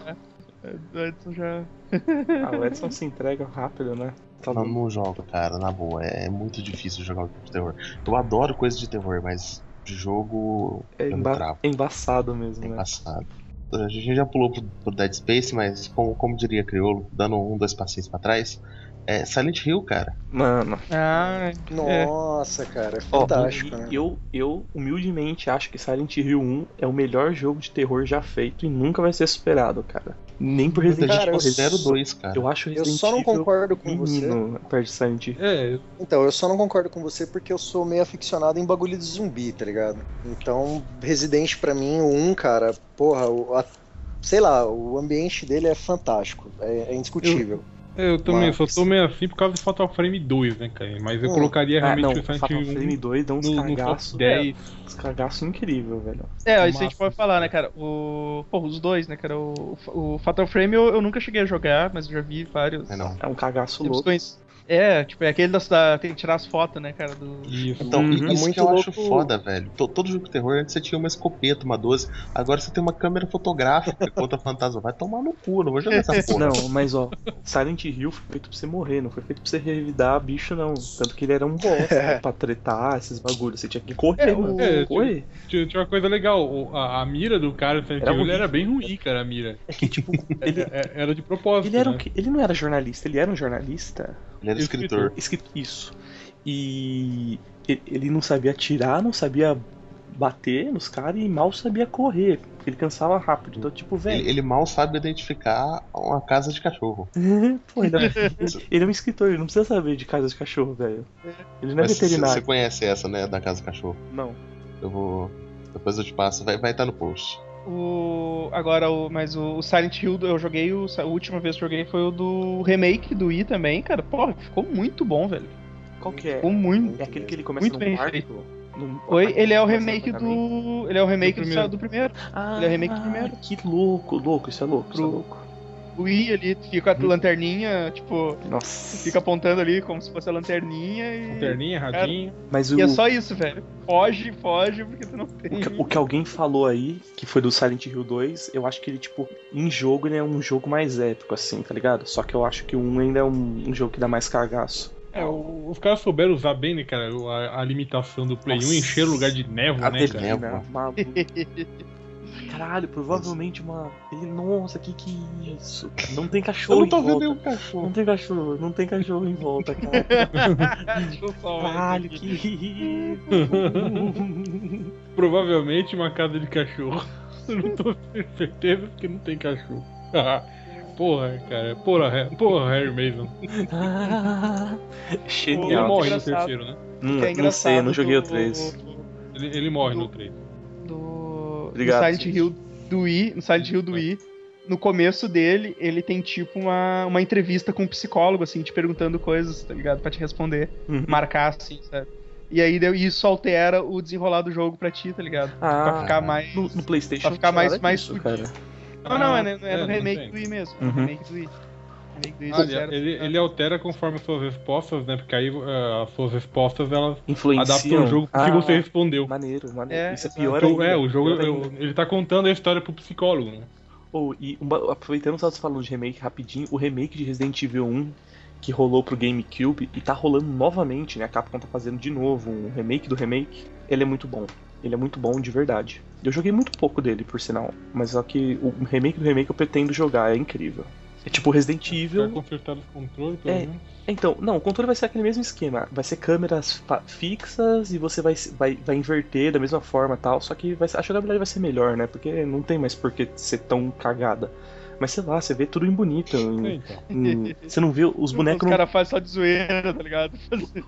O Edson É, já. o Edson se entrega rápido, né? Tá Não, bom. não jogo, cara, na boa. É muito difícil jogar um jogo de terror. Eu adoro coisa de terror, mas de jogo É, eu não emba- travo. é embaçado mesmo, É né? embaçado. A gente já pulou pro, pro Dead Space, mas como, como diria Criolo, dando um, dois passinhos pra trás, é Silent Hill, cara. Mano, Ah, Nossa, cara, é Ó, fantástico, e né? eu, eu humildemente acho que Silent Hill 1 é o melhor jogo de terror já feito e nunca vai ser superado, cara. Nem por Muita Resident gente Cara, eu Evil. considera o só- 2, cara. Eu acho Eu Resident só não Evil concordo com você. menino perto de Silent Hill. É, Então, eu só não concordo com você porque eu sou meio aficionado em bagulho de zumbi, tá ligado? Então, Resident pra mim, o 1, cara, porra, o, a- sei lá, o ambiente dele é fantástico, é, é indiscutível. Eu também, Mas- só tô meio assim por causa do Fatal Frame 2, né, cara? Mas eu Hum. colocaria Ah, realmente não, o Silent Fatal Hill 1 Frame 2 dá uns no, no cagaços. top 10. Uns cagaços incrível, velho. É, isso a gente Massa. pode falar, né, cara? O... Pô, os dois, né, cara? O, o Fatal Frame eu, eu nunca cheguei a jogar, mas eu já vi vários. É, não. É um cagaço Temos louco. conhec- É, tipo, é aquele da, da. Tem que tirar as fotos, né, cara? Do... Isso. Então, Uhum. isso É que muito eu acho louco. foda, velho. To- Todo jogo de terror, antes você tinha uma escopeta, uma 12, agora você tem uma câmera fotográfica contra fantasma. Vai tomar no cu, não vou jogar essa porra. Não, mas ó, Silent Hill foi feito pra você morrer, não foi feito pra você revidar bicho, não. Tanto que ele era um boss né, pra tretar esses bagulhos. Você tinha que correr, É, mano. é, correr. Tinha, tinha uma coisa legal, o- a, a mira do cara do Silent Era Hill ele horrível. era bem ruim, cara, a mira. É que, tipo, ele, É- é- era de propósito. ele, era o né? que, ele não era jornalista, ele era um jornalista. Ele era escritor. Escrito isso. E e- ele não sabia atirar, não sabia bater nos caras e mal sabia correr. porque Ele cansava rápido. Então, tipo, velho. Ele, ele mal sabe identificar uma casa de cachorro. Pô, ele, ele é um escritor, ele não precisa saber de casa de cachorro, velho. Ele não é Mas você- Você veterinário. conhece essa, né? Da casa de cachorro. Não. Eu vou. Depois eu te passo. Vai estar no post. O... Agora, o... mas o o Silent Hill eu joguei, o... a última vez que eu joguei foi o do remake do I também, cara. Porra, ficou muito bom, velho. Qual que é? Ficou muito. É aquele que ele começa Muito num bem quarto. feito. num- Oi, ele é o num remake apartamento. do. Ele é o remake Do do, primeiro. do primeiro. Ah, ele é o remake do primeiro. Que louco, louco, isso é louco, isso é Pro- louco. O I ali fica com a Uhum. lanterninha, tipo, Nossa. fica apontando ali como se fosse a lanterninha e. Lanterninha, radinho. Mas o, E é só isso, velho. Foge, foge, porque tu não tem. o, que, o que alguém falou aí, que foi do Silent Hill 2, eu acho que ele, tipo, em jogo ele é um jogo mais épico, assim, tá ligado? Só que eu acho que o 1 ainda é um, um jogo que dá mais cagaço. É, o- os caras souberam usar bem, né, cara, o- a, a limitação do Play 1 Nossa. encher o lugar de névoa, A né, TV. cara? É, mano. maluco. Caralho, provavelmente uma. Ele, nossa, que que é isso? Não tem Eu cachorro não tô em vendo volta. nenhum cachorro. Não tem cachorro, não tem cachorro em volta, cara. Deixa eu só olhar Caralho, aqui. que. Provavelmente uma casa de cachorro. Eu não tô com certeza que não tem cachorro. porra, cara. Porra, Harry- porra Harry Mason. Ah, Ele Legal. Genial. morre no Engraçado. terceiro, né? Não, Que é não sei, eu engraçado não joguei o do- 3. Ele, ele morre no 3. do, do Obrigado, Silent gente. É. Hill do I, no Silent Hill do I, no começo dele, ele tem tipo uma, uma entrevista com um psicólogo, assim, te perguntando coisas, tá ligado? Pra te responder, Uhum. Hum. marcar, assim, sabe? E aí deu- isso altera o desenrolar do jogo pra ti, tá ligado? pra Ah, ficar mais. no, no PlayStation. pra ficar mais- nada mais disso, cara. Não, não, é, no- é no Ah, não remake tem. do I mesmo. é Uhum. No remake do I. Remake do I, Ah, ele, altera- ele- ele altera conforme as suas respostas, né? Porque aí eh, as suas respostas elas Influencia. adaptam o um jogo pro que Ah, você respondeu. Maneiro, maneiro. É, Isso é exato. pior Então, ainda. é, o jogo pior eu- ainda. ele tá contando a história pro psicólogo, né? Oh, e um ba- aproveitando só você falando de remake rapidinho, o remake de Resident Evil 1 que rolou pro GameCube e tá rolando novamente, né? A Capcom tá fazendo de novo um remake do remake. Ele é muito bom. Ele é muito bom de verdade. Eu joguei muito pouco dele, por sinal. Mas só que o remake do remake eu pretendo jogar, é incrível. É tipo Resident Pra Evil. consertar o controle, pelo É. menos. Então, não, o controle vai ser aquele mesmo esquema. Vai ser câmeras fa- fixas e você vai, se- vai, vai inverter da mesma forma e tal. Só que vai, ser- a jogabilidade vai ser melhor, né? Porque não tem mais por que ser tão cagada. Mas sei lá, você vê tudo em bonito. É, em- então. em- você não vê os bonecos. Os Não, caras fazem só de zoeira, tá ligado?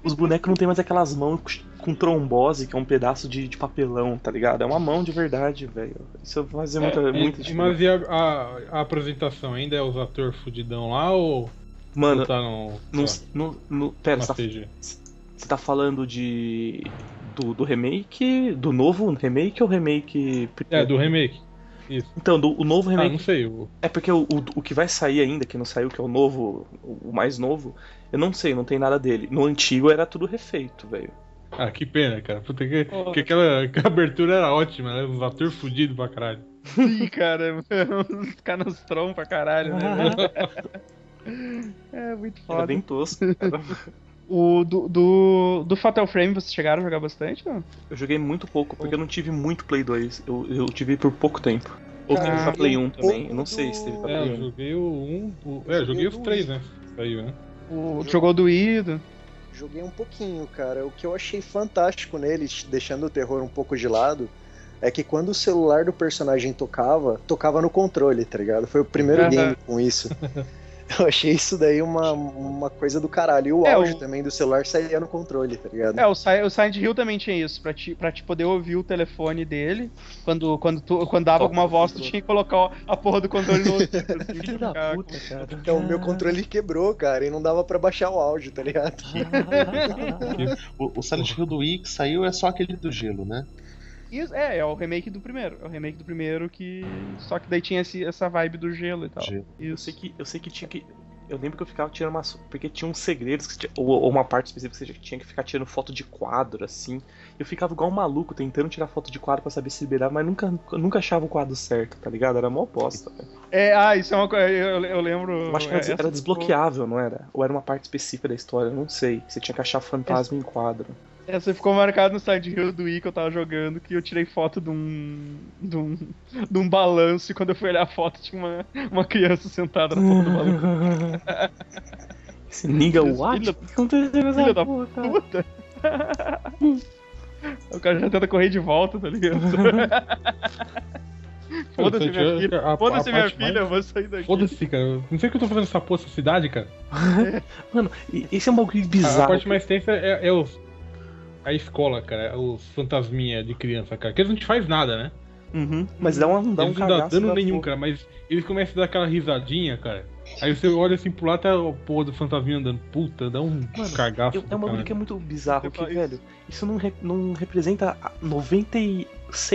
os bonecos não tem mais aquelas mãos com trombose, que é um pedaço de, de papelão, tá ligado? É uma mão de verdade, velho. Isso vai fazer muita, É, muita mas diferença. e a, a- a apresentação ainda é os atores fudidão lá ou Mano, tá no, não. sei não- não- lá, pera, na você tá CG? Você tá falando de. Do, do remake? Do novo remake ou remake. É, do remake. Isso. Então, do, o novo Ah, não remake. sei. o- É porque o, o, o que vai sair ainda, que não saiu, que é o novo, o mais novo, eu não sei, não tem nada dele. No antigo era tudo refeito, velho. Ah, que pena, cara. Puta que, Porra. porque aquela, aquela abertura era ótima, né? Os atores fudidos pra caralho. Sim, cara. Os canastrão pra caralho, né? É muito Era foda. bem tosco. O do, do, do Fatal Frame vocês chegaram a jogar bastante? Não? Eu joguei muito pouco, porque eu não tive muito Play 2. Eu, eu tive por pouco tempo. Ou teve pra Play 1 também. Eu não sei se teve pra É, Play eu 1. joguei o 1. Um, o- é, eu joguei os três, né? Saiu, né? O, tu jogou do Ido. Joguei um pouquinho, cara. O que eu achei fantástico nele, deixando o terror um pouco de lado, é que quando o celular do personagem tocava, tocava no controle, tá ligado? Foi o primeiro Aham. game com isso. Eu achei isso daí uma, uma coisa do caralho. E o É, áudio o- também do celular saía no controle, tá ligado? É, o, Si- o Silent Hill também tinha isso, pra te, pra te poder ouvir o telefone dele. Quando, quando, tu- quando dava Toca alguma no voz, tu controle. tinha que colocar a porra do controle no outro. assim, Filho pra da ficar- puta, cara. Então, o meu controle quebrou, cara, e não dava pra baixar o áudio, tá ligado? O, o Silent Hill do Wii que saiu é só aquele do gelo, né? Isso, é, é o remake do primeiro. É o remake do primeiro que. Só que daí tinha esse- essa vibe do gelo e tal. Gelo. Isso. Eu sei que, eu sei que tinha que. Eu lembro que eu ficava tirando umas. Porque tinha uns segredos, que tinha- ou, ou uma parte específica que você tinha que ficar tirando foto de quadro, assim. Eu ficava igual um maluco tentando tirar foto de quadro pra saber se liberar, mas nunca, nunca achava o quadro certo, tá ligado? Era mó bosta. velho. É, ah, isso é uma coisa. Eu, eu lembro. é, Eu acho que era, essa era do- desbloqueável, não era? Ou era uma parte específica da história, eu não sei. Você tinha que achar fantasma em quadro. Essa É, ficou marcada no Silent Hill do Wii que eu tava jogando, que eu tirei foto de um. de um, de um balanço e quando eu fui olhar a foto tinha uma, uma criança sentada na porra do balanço. Esse nigga Filho what? da- O que aconteceu nessa filho da porra, cara? Puta! o cara já tenta correr de volta, tá ligado? Foda-se minha filha. A- a Foda-se minha parte mais- filha, eu vou sair daqui. Foda-se, cara. Eu Não sei o que eu tô fazendo essa porra, essa cidade, cara. Mano, e- esse é um bagulho A, a bizarro. parte mais tensa é, é os. A escola, cara. É Os fantasminha de criança, cara. Que eles não te fazem nada, né? Uhum. Mas dá um, dá um eles não dá cagaço dano da nenhum, porra. cara. Mas eles começam a dar aquela risadinha, cara. Aí você olha assim pro lado, tá o porra do fantasminha andando. Puta, dá um Mano, cagaço. Eu- é um do bagulho caralho. que é muito bizarro, Você que, fala isso. velho, isso não, re- não representa a 90 e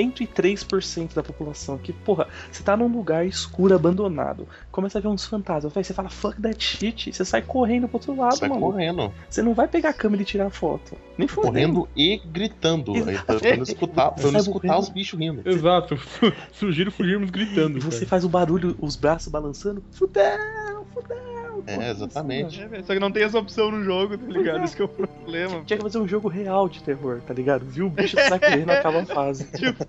103% da população. Que, porra, você tá num lugar escuro, abandonado, começa a ver uns fantasmas, velho, você fala, fuck that shit, você sai correndo pro outro lado, Sai mano. correndo. Tá Você não vai pegar a câmera e tirar foto. Nem fodendo. Correndo e gritando. Exato. Aí, pra, pra não escutar, pra não Sai escutar correndo. os bichos rindo. Exato. Sugiro fugirmos gritando. E você cara. faz o barulho, os braços balançando, fudeu, fudeu. É, né? exatamente. É, velho, só que não tem essa opção no jogo, tá ligado? Isso que é o problema. Tinha que fazer um jogo real de terror, tá ligado? Viu o bicho sai correndo, acaba a fase. tipo,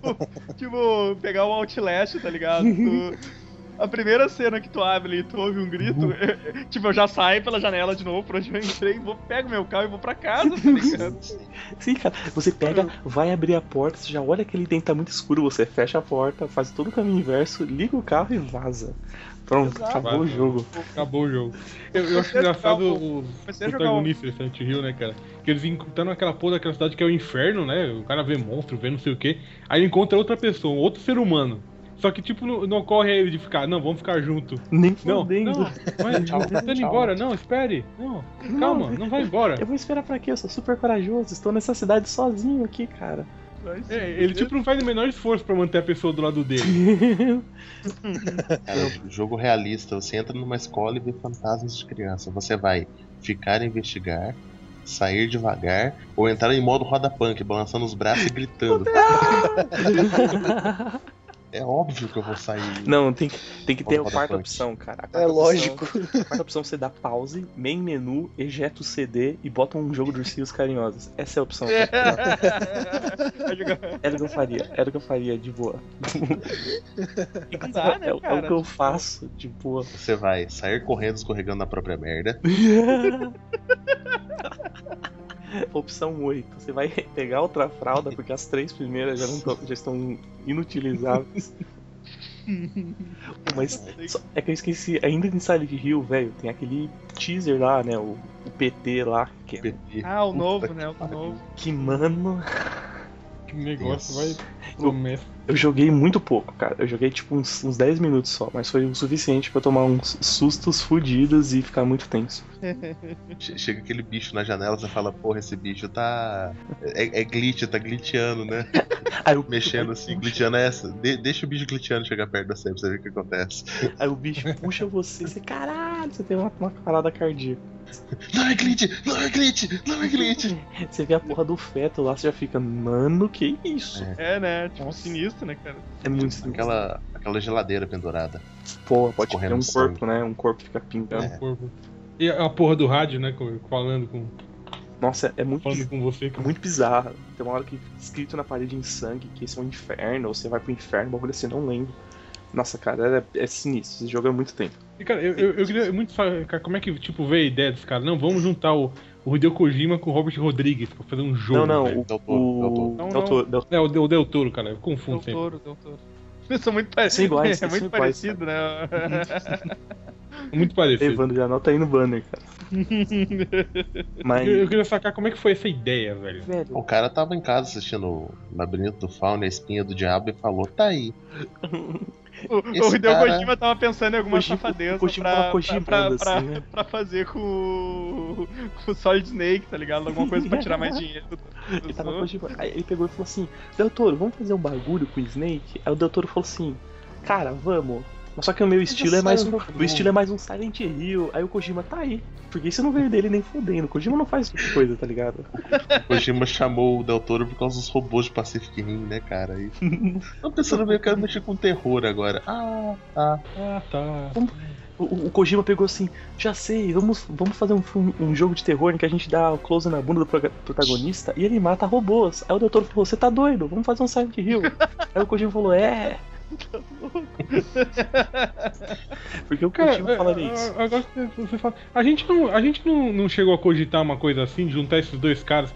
tipo, pegar o Outlast, tá ligado? Tu- a primeira cena que tu abre e tu ouve um grito, Uhum. tipo, eu já saio pela janela de novo, por onde eu entrei, vou, pego meu carro e vou pra casa, tá ligado? Sim, cara. Você Hum. pega, vai abrir a porta, você já olha que ele dentro tá muito escuro, você fecha a porta, faz todo o caminho inverso, liga o carro e vaza. Pronto, Exato. acabou o Vaza. jogo. Acabou o jogo. Eu, eu acho engraçado os Comecei a jogar um. protagonistas de Silent Hill, né, cara? Que eles encontram aquela porra daquela cidade que é o inferno, né? O cara vê monstro, vê não sei o quê. Aí ele encontra outra pessoa, um outro ser humano. Só que, tipo, não, não ocorre a ele de ficar, não, vamos ficar junto. Nem Não, fudendo. não, vai, Tchau, tá indo tchau. embora, não, espere. Não, calma, não vai embora. Eu vou esperar pra quê? Eu sou super corajoso, estou nessa cidade sozinho aqui, cara. É, ele, tipo, não faz o menor esforço pra manter a pessoa do lado dele. Cara, jogo realista. Você entra numa escola e vê fantasmas de criança. Você vai ficar a investigar, sair devagar, ou entrar em modo roda punk, balançando os braços e gritando. É óbvio que eu vou sair. não, tem que, tem que ter a Roda quarta punk. opção, cara. A quarta É opção- lógico. a quarta opção você dá pause, main menu, ejeta o CD e bota um jogo de ursinhos carinhosos. Essa é a opção. cara. Vai jogar- Era o que eu faria, era o que eu faria de boa. Não dá, né, é, o- é o cara? que eu faço de boa. Você vai sair correndo, escorregando na própria merda. Opção 8. Você vai pegar outra fralda, porque as três primeiras já, não tão- já estão inutilizáveis. Mas só- é que eu esqueci, ainda em Silent Hill, velho, tem aquele teaser lá, né? O, o PT lá, que, é- PT. Ah, o novo, Puta né? O novo. que mano. Que negócio Deus. vai. Começa. Eu joguei muito pouco, cara. Eu joguei tipo uns, uns 10 minutos só, mas foi o suficiente pra eu tomar uns sustos fodidos e ficar muito tenso. Che- Chega aquele bicho na janela, você fala, porra, esse bicho tá. É, é glitch, tá glitchando, né? Aí o Mexendo assim, glitchando é essa. De- deixa o bicho glitchando chegar perto da você pra você ver o que acontece. Aí o bicho puxa você, você, caralho, você tem uma, uma parada cardíaca. Não é glitch! Não é glitch! Não é glitch! Você vê a porra do feto lá, você já fica, mano, que isso? É. tipo, É, né? Tipo, sinistro, né, cara? É, muito sinistro. Aquela, aquela geladeira pendurada. Porra, pode ter Escorrendo um sangue. corpo, né? Um corpo fica pingando. É. Corpo. E a porra do rádio, né? com- Falando com, Nossa, é muito, falando com você. é muito bizarro. Tem uma hora que fica escrito na parede em sangue que esse é um inferno, ou você vai pro inferno, bagulho assim, não lembro. Nossa, cara, é, é sinistro. Esse jogo é muito tempo. E, cara, eu, eu, eu queria muito saber, cara, como é que, tipo, veio a ideia dos caras? Não, vamos juntar o, o Hideo Kojima com o Robert Rodrigues pra fazer um jogo. não, não, velho. o. Del Toro, Del o Toro. Não, Del Toro, Del- É, o Del, Del Toro, cara, eu Deu confundo sempre. touro, deu touro. São muito parecidos. São iguais, é são muito iguais, parecido, Uhum. né? Muito parecido. Evandro já anota aí no banner, cara. Mas, Eu, eu queria sacar como é que foi essa ideia, velho. velho, O cara tava em casa assistindo o Labirinto do Fauno e a Espinha do Diabo e falou: tá aí. O, o Esse Hideo cara- Kojima tava pensando em alguma Kojima- safadeza o Kojima pra, tava pra, cogimando, pra, pra- assim, né? pra fazer com, o- com o Solid Snake, tá ligado? Alguma coisa pra tirar mais dinheiro. do- ele dos tava outros. cogitando. Aí ele pegou e falou assim: Del Toro, vamos fazer um bagulho com o Snake? Aí o Del Toro falou assim: Cara, vamos. Mas só que o meu estilo é mais um. O estilo é mais um Silent Hill. Aí o Kojima tá aí. Porque isso não veio dele nem fudendo. O Kojima não faz esse tipo de coisa, tá ligado? O Kojima chamou o Del Toro por causa dos robôs de Pacific Rim, né, cara? E... Tô pensando bem, eu quero mexer com terror agora. Ah, tá. Ah, tá. O, o Kojima pegou assim: Já sei, vamos, vamos fazer um, filme- um jogo de terror em que a gente dá o close na bunda do proga- protagonista e ele mata robôs. Aí o Del Toro falou: Você tá doido? Vamos fazer um Silent Hill. Aí o Kojima falou: É. Porque o Cara, é, Kojima falando isso. a- a- agora que você fala. A gente, não, a gente não, não chegou a cogitar uma coisa assim, de juntar esses dois caras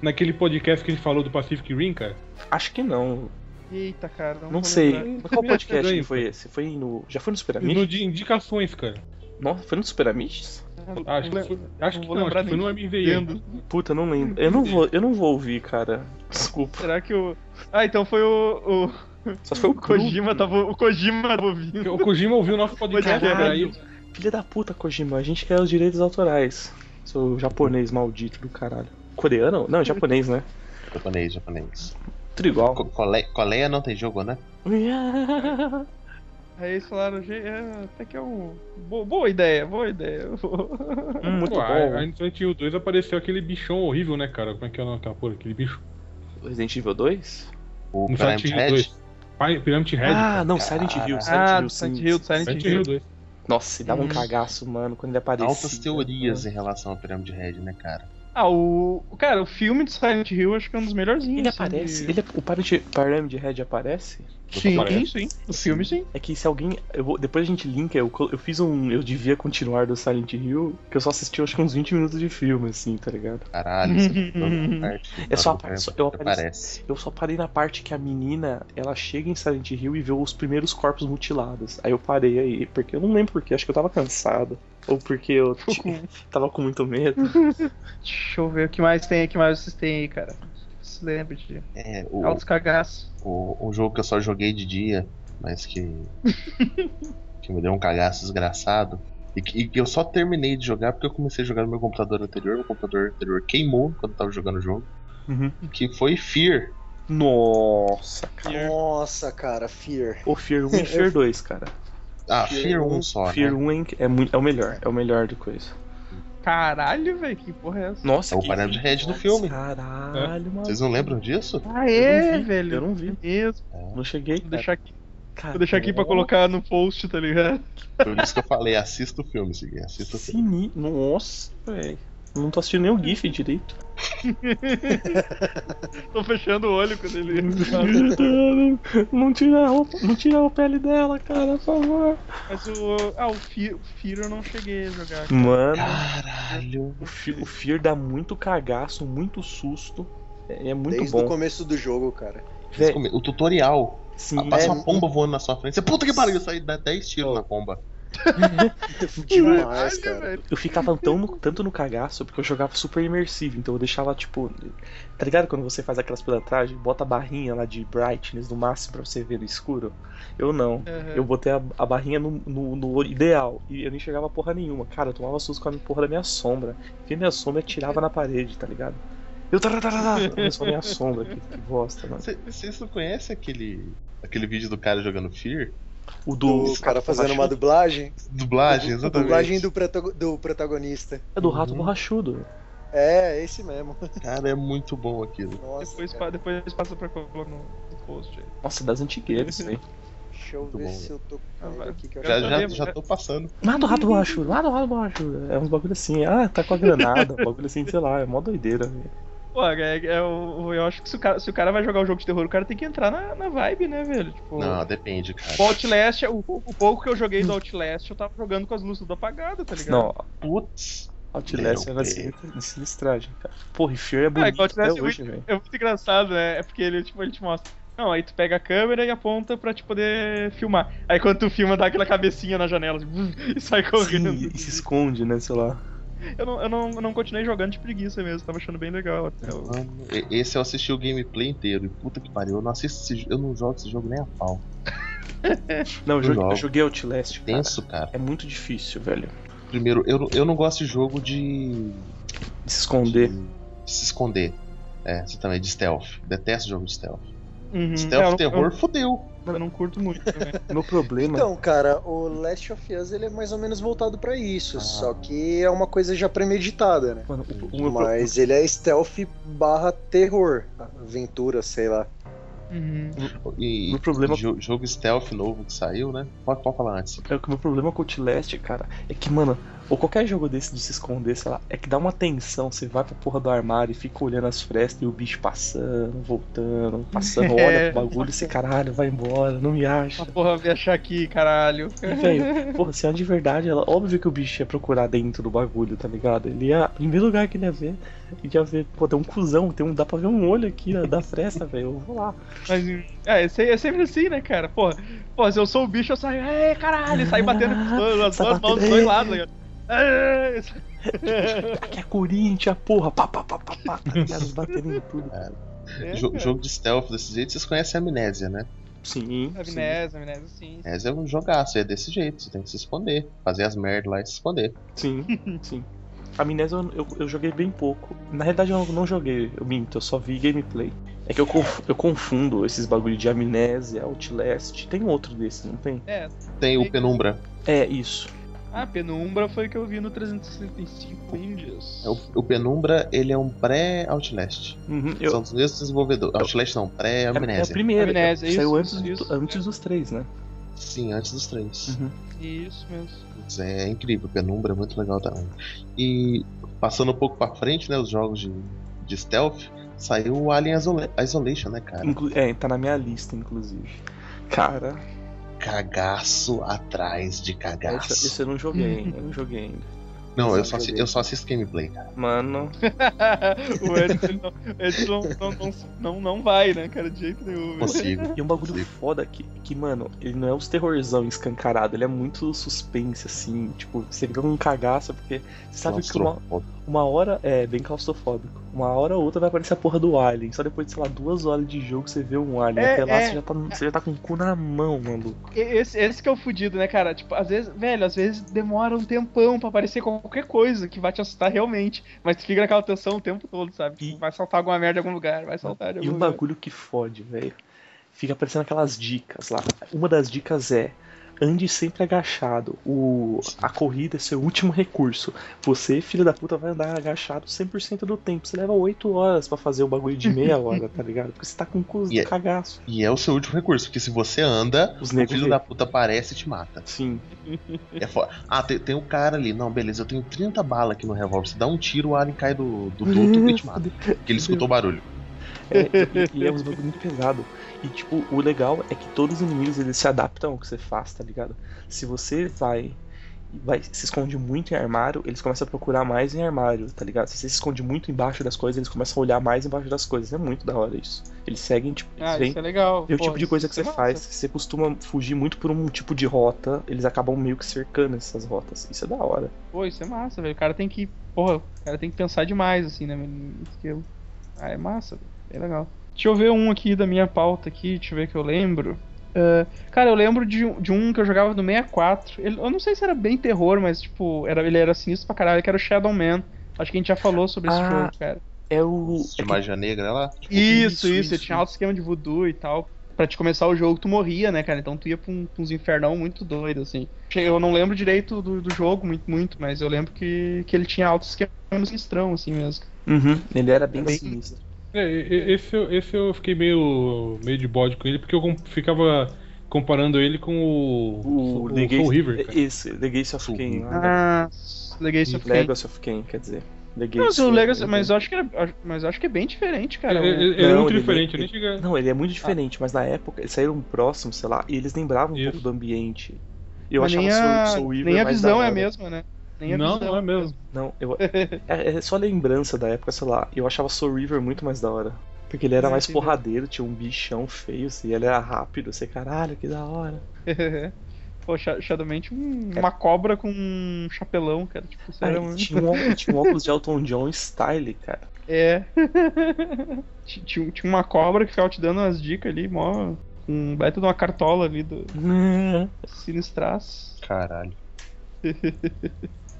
naquele podcast que a gente falou do Pacific Rim, cara? Acho que não. Eita, cara. Não, Não vou sei. lembrar. Mas Qual podcast que Ganho. né? foi esse? Foi no. Já foi no Super No Amish? de indicações, cara. Nossa, foi no Super Amish? Acho que foi, acho que vou não, é lembrar acho que foi nem no Entendo. MVM. Puta, eu não lembro. Eu não vou, eu não vou ouvir, cara. Desculpa. Será que o. Ah, então foi o. o Só foi o Kojima. Kojima tava. O Kojima tava ouvindo. O Kojima ouviu o nosso podcast, Caralho. cara, aí Filha da puta, Kojima. A gente quer os direitos autorais. Seu japonês maldito do caralho. Coreano? Não, é japonês, né? Japonês, japonês. Tudo igual. Co- Cole... Coleia não tem jogo, né? Hum, Aí eles falaram, "Gê, é, até que é um. bo- boa ideia, boa ideia. Hum, muito Pô, bom. Aí no Silent Hill 2 apareceu aquele bichão horrível, né, cara? Como é que é o nome daquela porra? Aquele bicho. Resident Evil 2? O Prime No Silent Hill Head. 2. Pi- Pyramid Head. Ah, não, Silent Hill. Silent Ah, Hill, do Silent sim. Hill, do Silent Silent Hill. Hill 2. Nossa, e dava um Hum. cagaço, mano, quando ele aparecia. Altas é. teorias em relação ao Pirâmide Red, né, cara? Ah, o. Cara, o filme de Silent Hill acho que é um dos melhorzinhos. Ele assim, aparece. de- Ele, é o Pyramid- Pyramid Head aparece? Sim, Aparece. sim. O filme sim. É que se alguém. eu vou- depois a gente linka, eu, col- eu fiz um. Eu devia continuar do Silent Hill, que eu só assisti acho que uns 20 minutos de filme, assim, tá ligado? Caralho, isso é uma parte. É só a Nossa, parte- só- cara, eu aparece. Eu só parei na parte que a menina, ela chega em Silent Hill e vê os primeiros corpos mutilados. Aí eu parei aí, porque eu não lembro porquê, acho que eu tava cansado. Ou porque eu Tipo, t- tava com muito medo. Deixa eu ver o que mais tem, o que mais vocês têm aí, cara. Se lembra de É, o, altos cagaços. o, um jogo que eu só joguei de dia, mas que. que me deu um cagaço desgraçado. E que, e que eu só terminei de jogar porque eu comecei a jogar no meu computador anterior. Meu computador anterior queimou quando eu tava jogando o jogo. Uhum. Que foi Fear. Nossa, cara. Nossa, cara, Fear. O Fear 1 e Fear 2, cara. Ah, Fear 1 só. né? Fear 1 é, inc- é, muito- é o melhor, é o melhor de coisa. Caralho, velho, que porra é essa? Nossa, É o que- né? Pyramid Head do filme. Caralho, mano. Vocês não lembram disso? É, Ah, Eu é, não vi, velho. eu não vi. Mesmo. Não cheguei, Vou cara. deixar aqui, Cara, vou deixar aqui pra colocar no post, tá ligado? Por isso que eu falei, assista o filme, Segui. Assista o filme. Sini... Nossa, velho. Não tô assistindo nem o GIF direito. Tô fechando o olho quando ele fala. não tira a roupa, não tira a pele dela, cara, por favor. Mas o. Ah, o Fear, o Fear eu não cheguei a jogar. Mano, Caralho. o, Fe- o Fear dá muito cagaço, muito susto. É, é muito Desde o bom. começo do jogo, cara. Vocês come- O tutorial. Sim, Ah, é, Passa uma pomba voando na sua frente. Você, puta que pariu, isso aí dá 10 tiros na pomba. um Demais, Caralho, cara. velho. eu ficava tão no- tanto no cagaço porque eu jogava super imersivo, então eu deixava tipo. Tá ligado quando você faz aquelas pilantragens, bota a barrinha lá de brightness no máximo pra você ver no escuro? Eu não. Aham. Eu botei a, a barrinha no, no- no ideal e eu nem chegava a porra nenhuma. Cara, eu tomava susto com a porra da minha sombra. Porque minha sombra atirava na parede, tá ligado? Eu tararará, só tá. minha sombra, que, que bosta, mano. Cê- Vocês não conhecem aquele, aquele vídeo do cara jogando Fear? O do. Do cara fazendo uma dublagem. Dublagem, A exatamente. dublagem do, protago- do protagonista. É do rato Uhum. borrachudo. É, esse mesmo. Cara, é muito bom aquilo. Nossa, Depois, cara. pa- depois passa pra colocar no no post aí. Nossa, das antigueiras, velho. Deixa eu Muito ver bom. se eu tô Ah, com vai. ele aqui. Que eu Já, acho já, né? já tô passando. Lá do rato borrachudo, lá do rato borrachudo. É uns bagulho assim, ah, tá com a granada, um bagulho assim, sei lá, é mó doideira, velho. Pô, é, é o- eu acho que se o, cara, se o cara vai jogar um jogo de terror, o cara tem que entrar na, na vibe, né, velho? Tipo, Não, depende, cara. o Outlast, o, o pouco que eu joguei do Outlast, eu tava jogando com as luzes tudo apagadas, tá ligado? Não, Putz. Outlast era de de sinistragem, cara. Porra, e Fear é Ah, é que bonito Outlast até é hoje, velho. É muito engraçado, né? É porque ele, tipo, ele te mostra. Não, aí tu pega a câmera e aponta pra te poder filmar. Aí quando tu filma, dá aquela cabecinha na janela tipo, e sai correndo. Sim, e se esconde, né? Sei lá. Eu, não, eu não, eu não continuei jogando de preguiça mesmo, tava achando bem legal até. o- Mano, e- esse eu assisti o gameplay inteiro. E puta que pariu, eu não assisto esse, jo- eu não jogo esse jogo nem a pau. Não, eu joguei, Legal. eu joguei Outlast, cara. Tenso, cara. É muito difícil, velho. Primeiro, eu, não- eu não gosto de jogo de. De se esconder. de- de se esconder. É, você também, de stealth. Detesto jogo de stealth. Uhum. É, eu Stealth não- terror, fudeu. Eu, eu não curto muito também. Meu problema. Então, cara, o Last of Us ele é mais ou menos voltado pra isso, Ah. só que é uma coisa já premeditada, né? mano, é o, o meu pro- Mas ele é stealth barra terror, aventura, sei lá. Uhum. E, Meu problema- e jo- jogo stealth novo que saiu, né? Pode, pode falar antes. É que o meu problema com o Outlast, cara, é que, mano, ou qualquer jogo desse de se esconder, sei lá, é que dá uma tensão. Você vai pra porra do armário e fica olhando as frestas e o bicho passando, voltando, passando, olha pro bagulho e você, caralho, vai embora, não me acha. Essa Ah, porra vai achar aqui, caralho. E, velho, porra, se é de verdade, ela, óbvio que o bicho ia procurar dentro do bagulho, tá ligado? Ele ia, primeiro lugar que ele ia ver, ele ia ver, pô, tem um cuzão, tem um, dá pra ver um olho aqui ó, da fresta, velho, eu vou lá. Mas é, é se- é sempre assim, né, cara? Porra, pô, se eu sou o bicho, eu saio, é, caralho, e saio batendo com as duas- as Sai duas mãos dos batendo, dois "Ê". lados. né? É, Aqui é Corinthians, porra, pá, pá, pá, pá, pá, tá ligado? Batendo em tudo. é, Jo- cara. jogo de stealth desse jeito, vocês conhecem a amnésia, né? Sim, sim. Amnésia, amnésia, sim. Amnésia é um jogaço, é desse jeito, você tem que se esconder. Fazer as merdas lá e se esconder. Sim, sim. A Amnésia eu, eu, eu joguei bem pouco. Na realidade eu não joguei, eu minto, eu só vi gameplay. É que eu, conf- eu confundo esses bagulho de Amnésia, Outlast. Tem outro desse, não tem? É, Tem o Penumbra. É, isso. a Ah, penumbra foi que eu vi no 365 Indias. É, O, o Penumbra, ele é um pré-Outlast. Uhum, eu- São dos mesmos desenvolvedores. Outlast não, é, é a pré-Amnésia. primeira. Amnésia, saiu isso, antes, isso, do- antes dos três, né? Sim, antes dos três. Uhum. Isso mesmo. Putz, É incrível, Penumbra é muito legal também. E passando um pouco pra frente, né, os jogos de, de stealth, saiu o Alien Isola- Isolation, né, cara? Inclu- é, tá na minha lista, inclusive. Cara, Cagaço atrás de cagaço. essa, é esse eu não joguei, hein? eu não joguei ainda. Não, eu eu só, assi- joguei. eu só assisto gameplay, cara. Mano, o Edson, ele não, o Edson não, não, não, não vai, né, cara, de jeito nenhum. velho. Consigo. e um bagulho foda aqui, que, mano, ele não é os terrorzão escancarado, ele é muito suspense, assim, tipo, você fica com um cagaço, porque você sabe que uma, Claustrofóbico. Uma hora, é, bem claustrofóbico. Uma hora ou outra vai aparecer a porra do Alien. Só depois de, sei lá, duas horas de jogo você vê um Alien. É, Até lá é. Você, já tá, você já tá com o cu na mão, maluco. E- Esse, esse que é o fudido, né, cara? Tipo, às vezes, velho, às vezes demora um tempão pra aparecer qualquer coisa que vai te assustar realmente. Mas tu fica naquela tensão o tempo todo, sabe? Tipo, E- vai saltar alguma merda em algum lugar, vai saltar de E algum um lugar. bagulho que fode, velho. Fica aparecendo aquelas dicas lá. Uma das dicas é. Ande sempre agachado. O, a corrida é seu último recurso. Você, filho da puta, vai andar agachado 100% do tempo. Você leva 8 horas pra fazer o bagulho de meia hora, tá ligado? Porque você tá com o cu E é- cagaço. E é o seu último recurso, porque se você anda, Os o negros. filho vê. da puta aparece e te mata. Sim. É fo- Ah, tem, tem um cara ali. Não, beleza, eu tenho 30 balas aqui no revólver. Você dá um tiro, o Alien cai do, do duto e te mata. Porque ele escutou barulho. É, e- e é uns bagulho muito pesado. E tipo, o legal é que todos os inimigos eles se adaptam ao que você faz, tá ligado? Se você vai vai se esconde muito em armário, eles começam a procurar mais em armário, tá ligado? Se você se esconde muito embaixo das coisas, eles começam a olhar mais embaixo das coisas. É muito da hora isso. Eles seguem, tipo, eles Ah, vêm isso é legal. é o Pô, tipo de coisa que isso você é massa. faz. Você costuma fugir muito por um tipo de rota, eles acabam meio que cercando essas rotas. Isso é da hora. Pô, isso é massa, velho. O cara tem que. Porra, o cara tem que pensar demais, assim, né, mano? Esquilo. Ah, é massa, velho. É legal. Deixa eu ver um aqui da minha pauta aqui, deixa eu ver que eu lembro. Ah, cara, eu lembro de, um- de um que eu jogava no 64. Ele- eu não sei se era bem terror, mas, tipo, era, ele era sinistro pra caralho, que era o Shadow Man. Acho que a gente já falou sobre esse Ah, jogo, cara. É o De é que- magia negra lá. Isso, isso, isso, ele isso. tinha alto esquema de voodoo e tal. Pra te começar o jogo, tu morria, né, cara? Então tu ia pra, um- pra uns infernão muito doido, assim. Eu não lembro direito do, do jogo muito, muito, mas eu lembro que, que ele tinha alto esquema sinistrão, assim mesmo. Uhum, ele era bem Bem- sinistro. É, e- e- esse, eu- esse eu fiquei meio, meio de bode com ele, porque eu com- ficava comparando ele com o, O, o The Gates- Soul River, cara. Esse, The Gates of Soul Kain. lá, né? Ah, Legacy of Kain. Legacy né? of Kain, quer dizer. Não, The Gates- se o Legacy, mas eu acho que era- mas eu acho que é bem diferente, cara. Ele, ele- ele é Não, muito ele- diferente, eu nem cheguei. a- Não, ele é muito diferente, mas na época eles saíram próximos, sei lá, e eles lembravam um Isso. pouco do ambiente. Eu Mas achava nem a, Soul- Soul River nem a mais visão da é a hora. mesma, né? Nem a Não, visão não é mesmo. Não, eu, é, é só lembrança da época, sei lá. Eu achava Soul River muito mais da hora. Porque ele era É, mais entendi. porradeiro, tinha um bichão feio, assim, ele era rápido, você, caralho, que da hora. Pô, Sha- Shadowmente, um, uma cobra com um chapelão, cara. Tipo, isso Ah, era e um- tinha, um, ó- tinha um óculos de Elton John style, cara. É. Ti- tinha, um- tinha uma cobra que ficava te dando umas dicas ali, mó. Um baita de uma cartola ali do Hum. Sinistras. Caralho.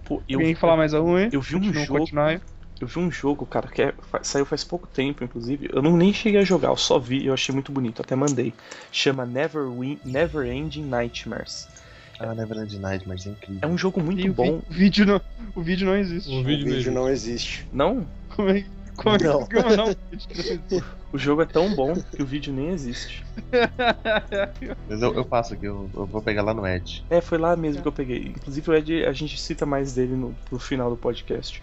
Pô, eu, Alguém falar mais algum, hein? eu vi um Continua, jogo continua aí. Eu vi um jogo, cara, que é- fa- saiu faz pouco tempo, inclusive. Eu não nem cheguei a jogar, eu só vi, eu achei muito bonito, até mandei. Chama Never, Win, Never Ending Nightmares. Ah, Neverland Nightmares, é incrível. É um jogo muito E o, vi- bom. o vídeo não, o vídeo não existe. O O vídeo vídeo dele. não existe. Não? Como é, como é que Não. conseguiu mandar um vídeo? que não existe? O jogo é tão bom que o vídeo nem existe. Mas eu, eu passo aqui, eu, eu vou pegar lá no Edge. É, foi lá mesmo que eu peguei. Inclusive o Ed, a gente cita mais dele no, no final do podcast.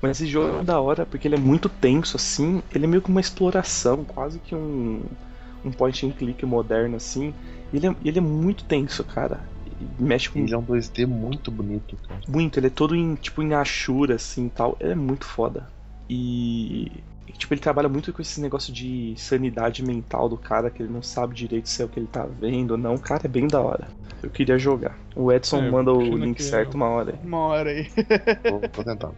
Mas esse jogo é da hora porque ele é muito tenso, assim. Ele é meio que uma exploração, quase que um, um point and click moderno, assim. Ele é, ele é muito tenso, cara. E mexe com Ele é um 2D muito bonito, cara. Muito, ele é todo em, tipo, em achura, assim, e tal. Ele é muito foda. E, e, tipo, ele trabalha muito com esse negócio de sanidade mental do cara, que ele não sabe direito se é o que ele tá vendo ou não. Cara, é bem da hora. Eu queria jogar. O Edson É, eu manda o imagino link que certo eu- uma hora aí. Uma hora aí. Tô, tô tentando.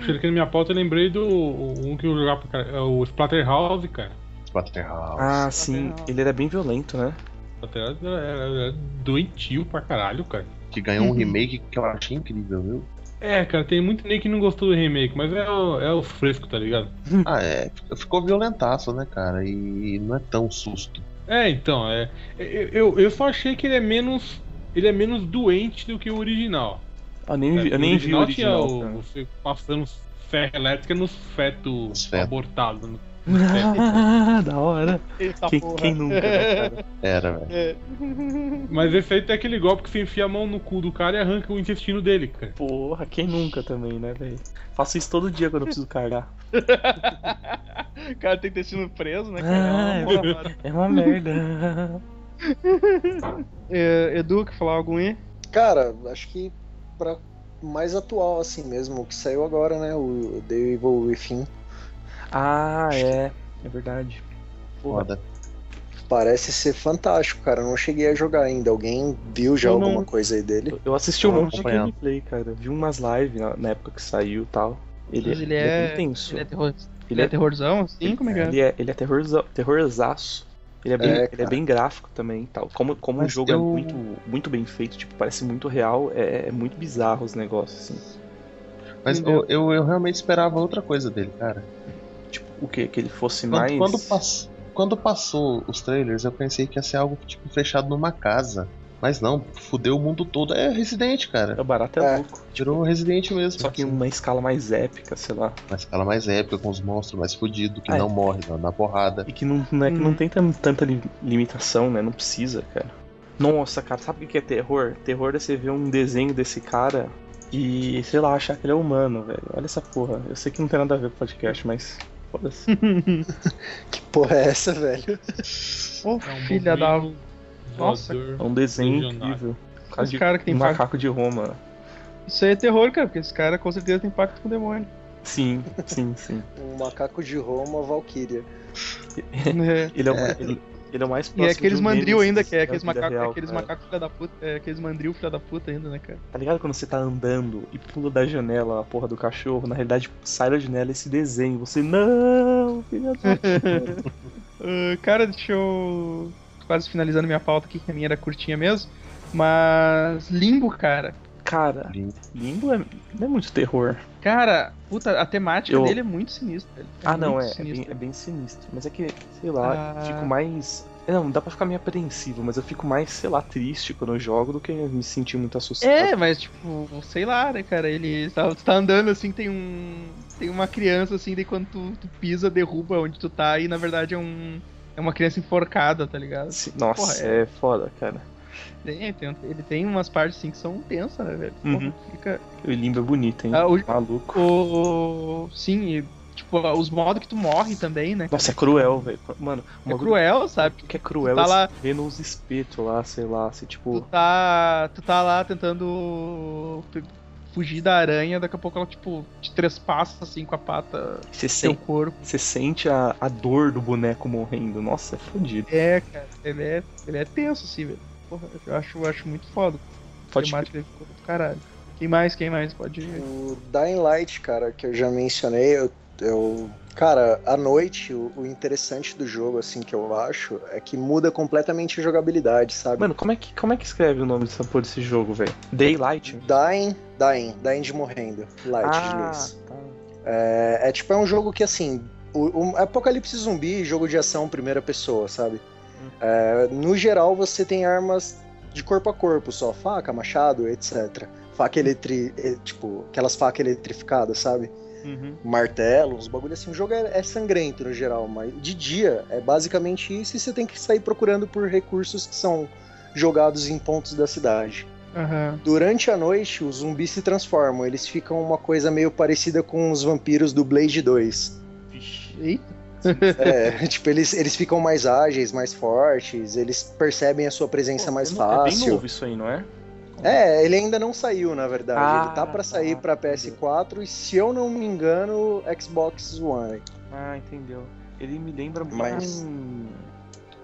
Chega aqui na minha pauta, eu lembrei do o- um que eu jogava pra cara. É o Splatterhouse, cara. Splatterhouse. tá Ah, sim. legal. Ele era bem violento, né? Splatterhouse era, era- era doentio pra caralho, cara. Que ganhou um Uhum. remake que eu achei incrível, viu? É, cara, tem muito nem que não gostou do remake, mas é o, é o fresco, tá ligado? Ah, é. fic- Ficou violentaço, né, cara? E não é tão susto. É, então, é. Eu, eu, eu só achei que ele é menos. Ele é menos doente do que o original. Eu Ah, nem, vi- É, eu nem vi o tinha original. o- cara. você passando ferro elétrica nos fetos Nos fetos. abortados. né? Ah, da hora. Eita Quem, porra. quem nunca, né, cara? Era, velho. É. Mas esse aí tem aquele golpe que você enfia a mão no cu do cara e arranca o intestino dele, cara. Porra, quem nunca também, né, velho? Faço isso todo dia quando eu preciso cagar. O cara tem intestino preso, né? Cara? É uma porra, mano. É uma merda. É, Edu, quer falar algum aí? Cara, acho que pra mais atual assim mesmo, o que saiu agora, né? O The Evil Within. Ah, é. É verdade. Porra. Foda. Parece ser fantástico, cara. Eu não cheguei a jogar ainda. Alguém viu já Eu não- alguma coisa aí dele? Eu- Eu assisti um Tava monte de acompanhando. gameplay, cara. Vi umas lives na, na época que saiu e tal. Ele, Mas ele ele é, é- bem tenso. terrorzão. Ele é- terrorzão, assim? Como é que é? Ele é, ele é terrorza- terrorzaço. Ele é, bem, É, ele é cara. bem gráfico também e tal. Como, como o Mas jogo é eu- muito, muito bem feito, tipo, parece muito real, é, é muito bizarro os negócios, assim. Mas Entendeu? eu, eu, eu realmente esperava outra coisa dele, cara. Tipo, o quê? Que ele fosse Quando, mais. quando, pass- quando passou os trailers, eu pensei que ia ser algo tipo fechado numa casa. Mas não, fudeu o mundo todo. É Resident, cara. É barato é, É. louco. Tirou Resident mesmo. Só que um- em uma escala mais épica, sei lá. Uma escala mais épica, com os monstros mais fudidos, que Ah, é. não morre na, na porrada. E que não, não é que Hum. não tem tam- tanta li- limitação, né? Não precisa, cara. Nossa, cara, sabe o que é terror? Terror é você ver um desenho desse cara e, sei lá, achar que ele é humano, velho. Olha essa porra. Eu sei que não tem nada a ver com o podcast, mas. Foda-se. É Que porra é essa, velho? Ô, É um filha da... bobinho Nossa, voador. É um desenho Visionário. incrível. Os cara que tem um faca. macaco de Roma. Isso aí é terror, cara, porque esse cara com certeza tem pacto com o demônio. Sim, sim, sim. Um macaco de Roma, Valkyria. É. Ele é, o- Ele, ele é o mais E próximo. é aqueles de um mandril Nemesis ainda, que é da aqueles vida macacos, real, aqueles cara. macacos filha da puta, é aqueles mandril filha da puta ainda, né, cara? Tá ligado quando você tá andando e pula da janela a porra do cachorro? Na realidade, sai da janela esse desenho. Você, não, filha da Ah, cara, deixa eu. Quase finalizando minha pauta aqui, que a minha era curtinha mesmo. Mas. Limbo, cara. Cara, Limbo. Limbo é, não é muito terror. Cara, puta, a temática Eu- dele é muito sinistra. velho. ah, não, muito é, é bem, sinistra. é bem sinistro. Mas é que, sei lá, Ah. fico mais. é, Não, dá pra ficar meio apreensivo, mas eu fico mais, sei lá, triste quando eu jogo do que me sentir muito assustado. É, mas tipo, sei lá, né, cara? Ele tá, tu tá andando assim, tem um. Tem uma criança assim, daí quando tu, tu pisa, derruba onde tu tá, e na verdade é um. É uma criança enforcada, tá ligado? Se- Nossa, Porra, é... foda, cara. Tem, tem- ele tem umas partes assim que são tensas, né, velho? Uhum. Porra, fica. O Limbo é bonito, hein? Ah, o- Maluco. O, sim, e, tipo, os modos que tu morre também, né? Nossa, é cruel, velho. Mano, o É bagulho cruel, sabe? que é cruel Tá é lá- você vendo uns espetos lá, sei lá, se Tu tipo. tá, tu tá lá tentando pe- fugir da aranha, daqui a pouco ela, tipo, te trespassa assim com a pata Você do seu sente, corpo. você sente a, a dor do boneco morrendo. Nossa, é fodido. É, cara, ele é, ele é tenso, assim, velho. Porra, eu acho, eu acho muito foda. Pode temática dele ficou do caralho. Quem mais? Quem mais? Pode ir. O Dying Light, cara, que eu já mencionei, eu. eu- cara, à noite, o, o interessante do jogo, assim, que eu acho, é que muda completamente a jogabilidade, sabe? Mano, como é que, como é que escreve o nome dessa porra desse jogo, velho? Daylight? Dying, Dying, Dying de morrendo, Light de luz. É, é tipo, é um jogo que assim. O, o Apocalipse zumbi, jogo de ação primeira pessoa, sabe? É, no geral, você tem armas de corpo a corpo só, faca, machado, etc. Faca eletri... eh, Tipo, aquelas facas eletrificadas, sabe? Uhum. Martelo, uns bagulho assim. O jogo é, é sangrento no geral, mas de dia é basicamente isso e você tem que sair procurando por recursos que são jogados em pontos da cidade. Aham. Durante a noite, os zumbis se transformam. Eles ficam uma coisa meio parecida com os vampiros do Blade 2. Eita. É, tipo, eles, eles ficam mais ágeis, mais fortes, eles percebem a sua presença mais é bem fácil. novo isso aí, não é? É, ele ainda não saiu, na verdade. Ah, ele tá pra tá. sair pra PS4 e, se eu não me engano, Xbox One. Ah, entendeu. Ele me lembra muito Mas- um,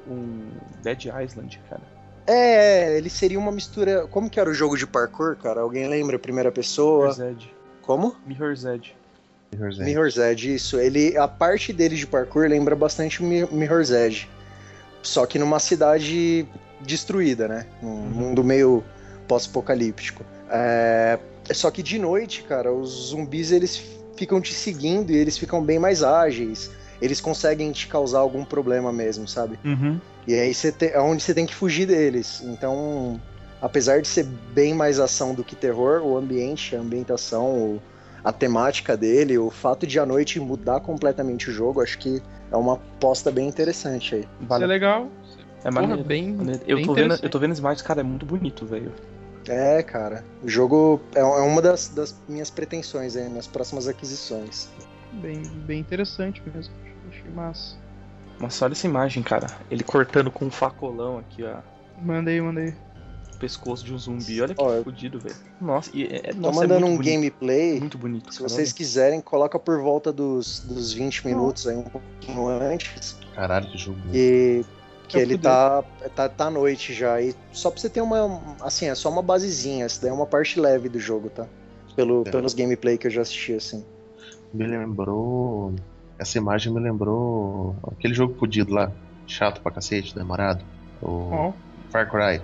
um Dead Island, cara. É, ele seria uma mistura. Como que era o jogo de parkour, cara? Alguém lembra? Primeira pessoa? Mirror's Edge. Como? Mirror's Edge. Mirror's Edge. Mirror's Edge, isso. Ele, a parte dele de parkour lembra bastante o Mi- Mirror's Edge. Só que numa cidade destruída, né? Num Uhum. mundo meio pós-apocalíptico. É... Só que de noite, cara, os zumbis eles ficam te seguindo e eles ficam bem mais ágeis. Eles conseguem te causar algum problema mesmo, sabe? Uhum. E aí você te- é onde você tem que fugir deles. Então, apesar de ser bem mais ação do que terror, o ambiente, a ambientação, o- a temática dele, o fato de a noite mudar completamente o jogo, acho que é uma aposta bem interessante aí. Isso é legal. É Porra, maneiro. bem. maneiro. Eu bem tô, vendo, eu interessante. tô vendo as imagens, cara, é muito bonito, velho. É, cara. O jogo é, é uma das, das minhas pretensões aí, minhas próximas aquisições. Bem, bem interessante mesmo. Achei massa. Nossa, olha essa imagem, cara. Ele cortando com um facolão aqui, ó. Mandei, mandei. O pescoço de um zumbi. Olha que Ó, eu- fodido, velho. Nossa, e é, é, Tô nossa, é mandando muito um bonito. gameplay. Muito bonito. Se cara. vocês quiserem, coloca por volta dos, dos 20 minutos aí, um pouquinho antes. Caralho, que jogo. E que Eu ele fudeu. tá, tá, tá à noite já. E só pra você ter uma. Assim, é só uma basezinha. Essa daí é uma parte leve do jogo, tá? Pelo, É. Pelos gameplay que eu já assisti, assim. Me lembrou. Essa imagem me lembrou aquele jogo fudido lá, chato pra cacete, demorado. O Ó, Far Cry.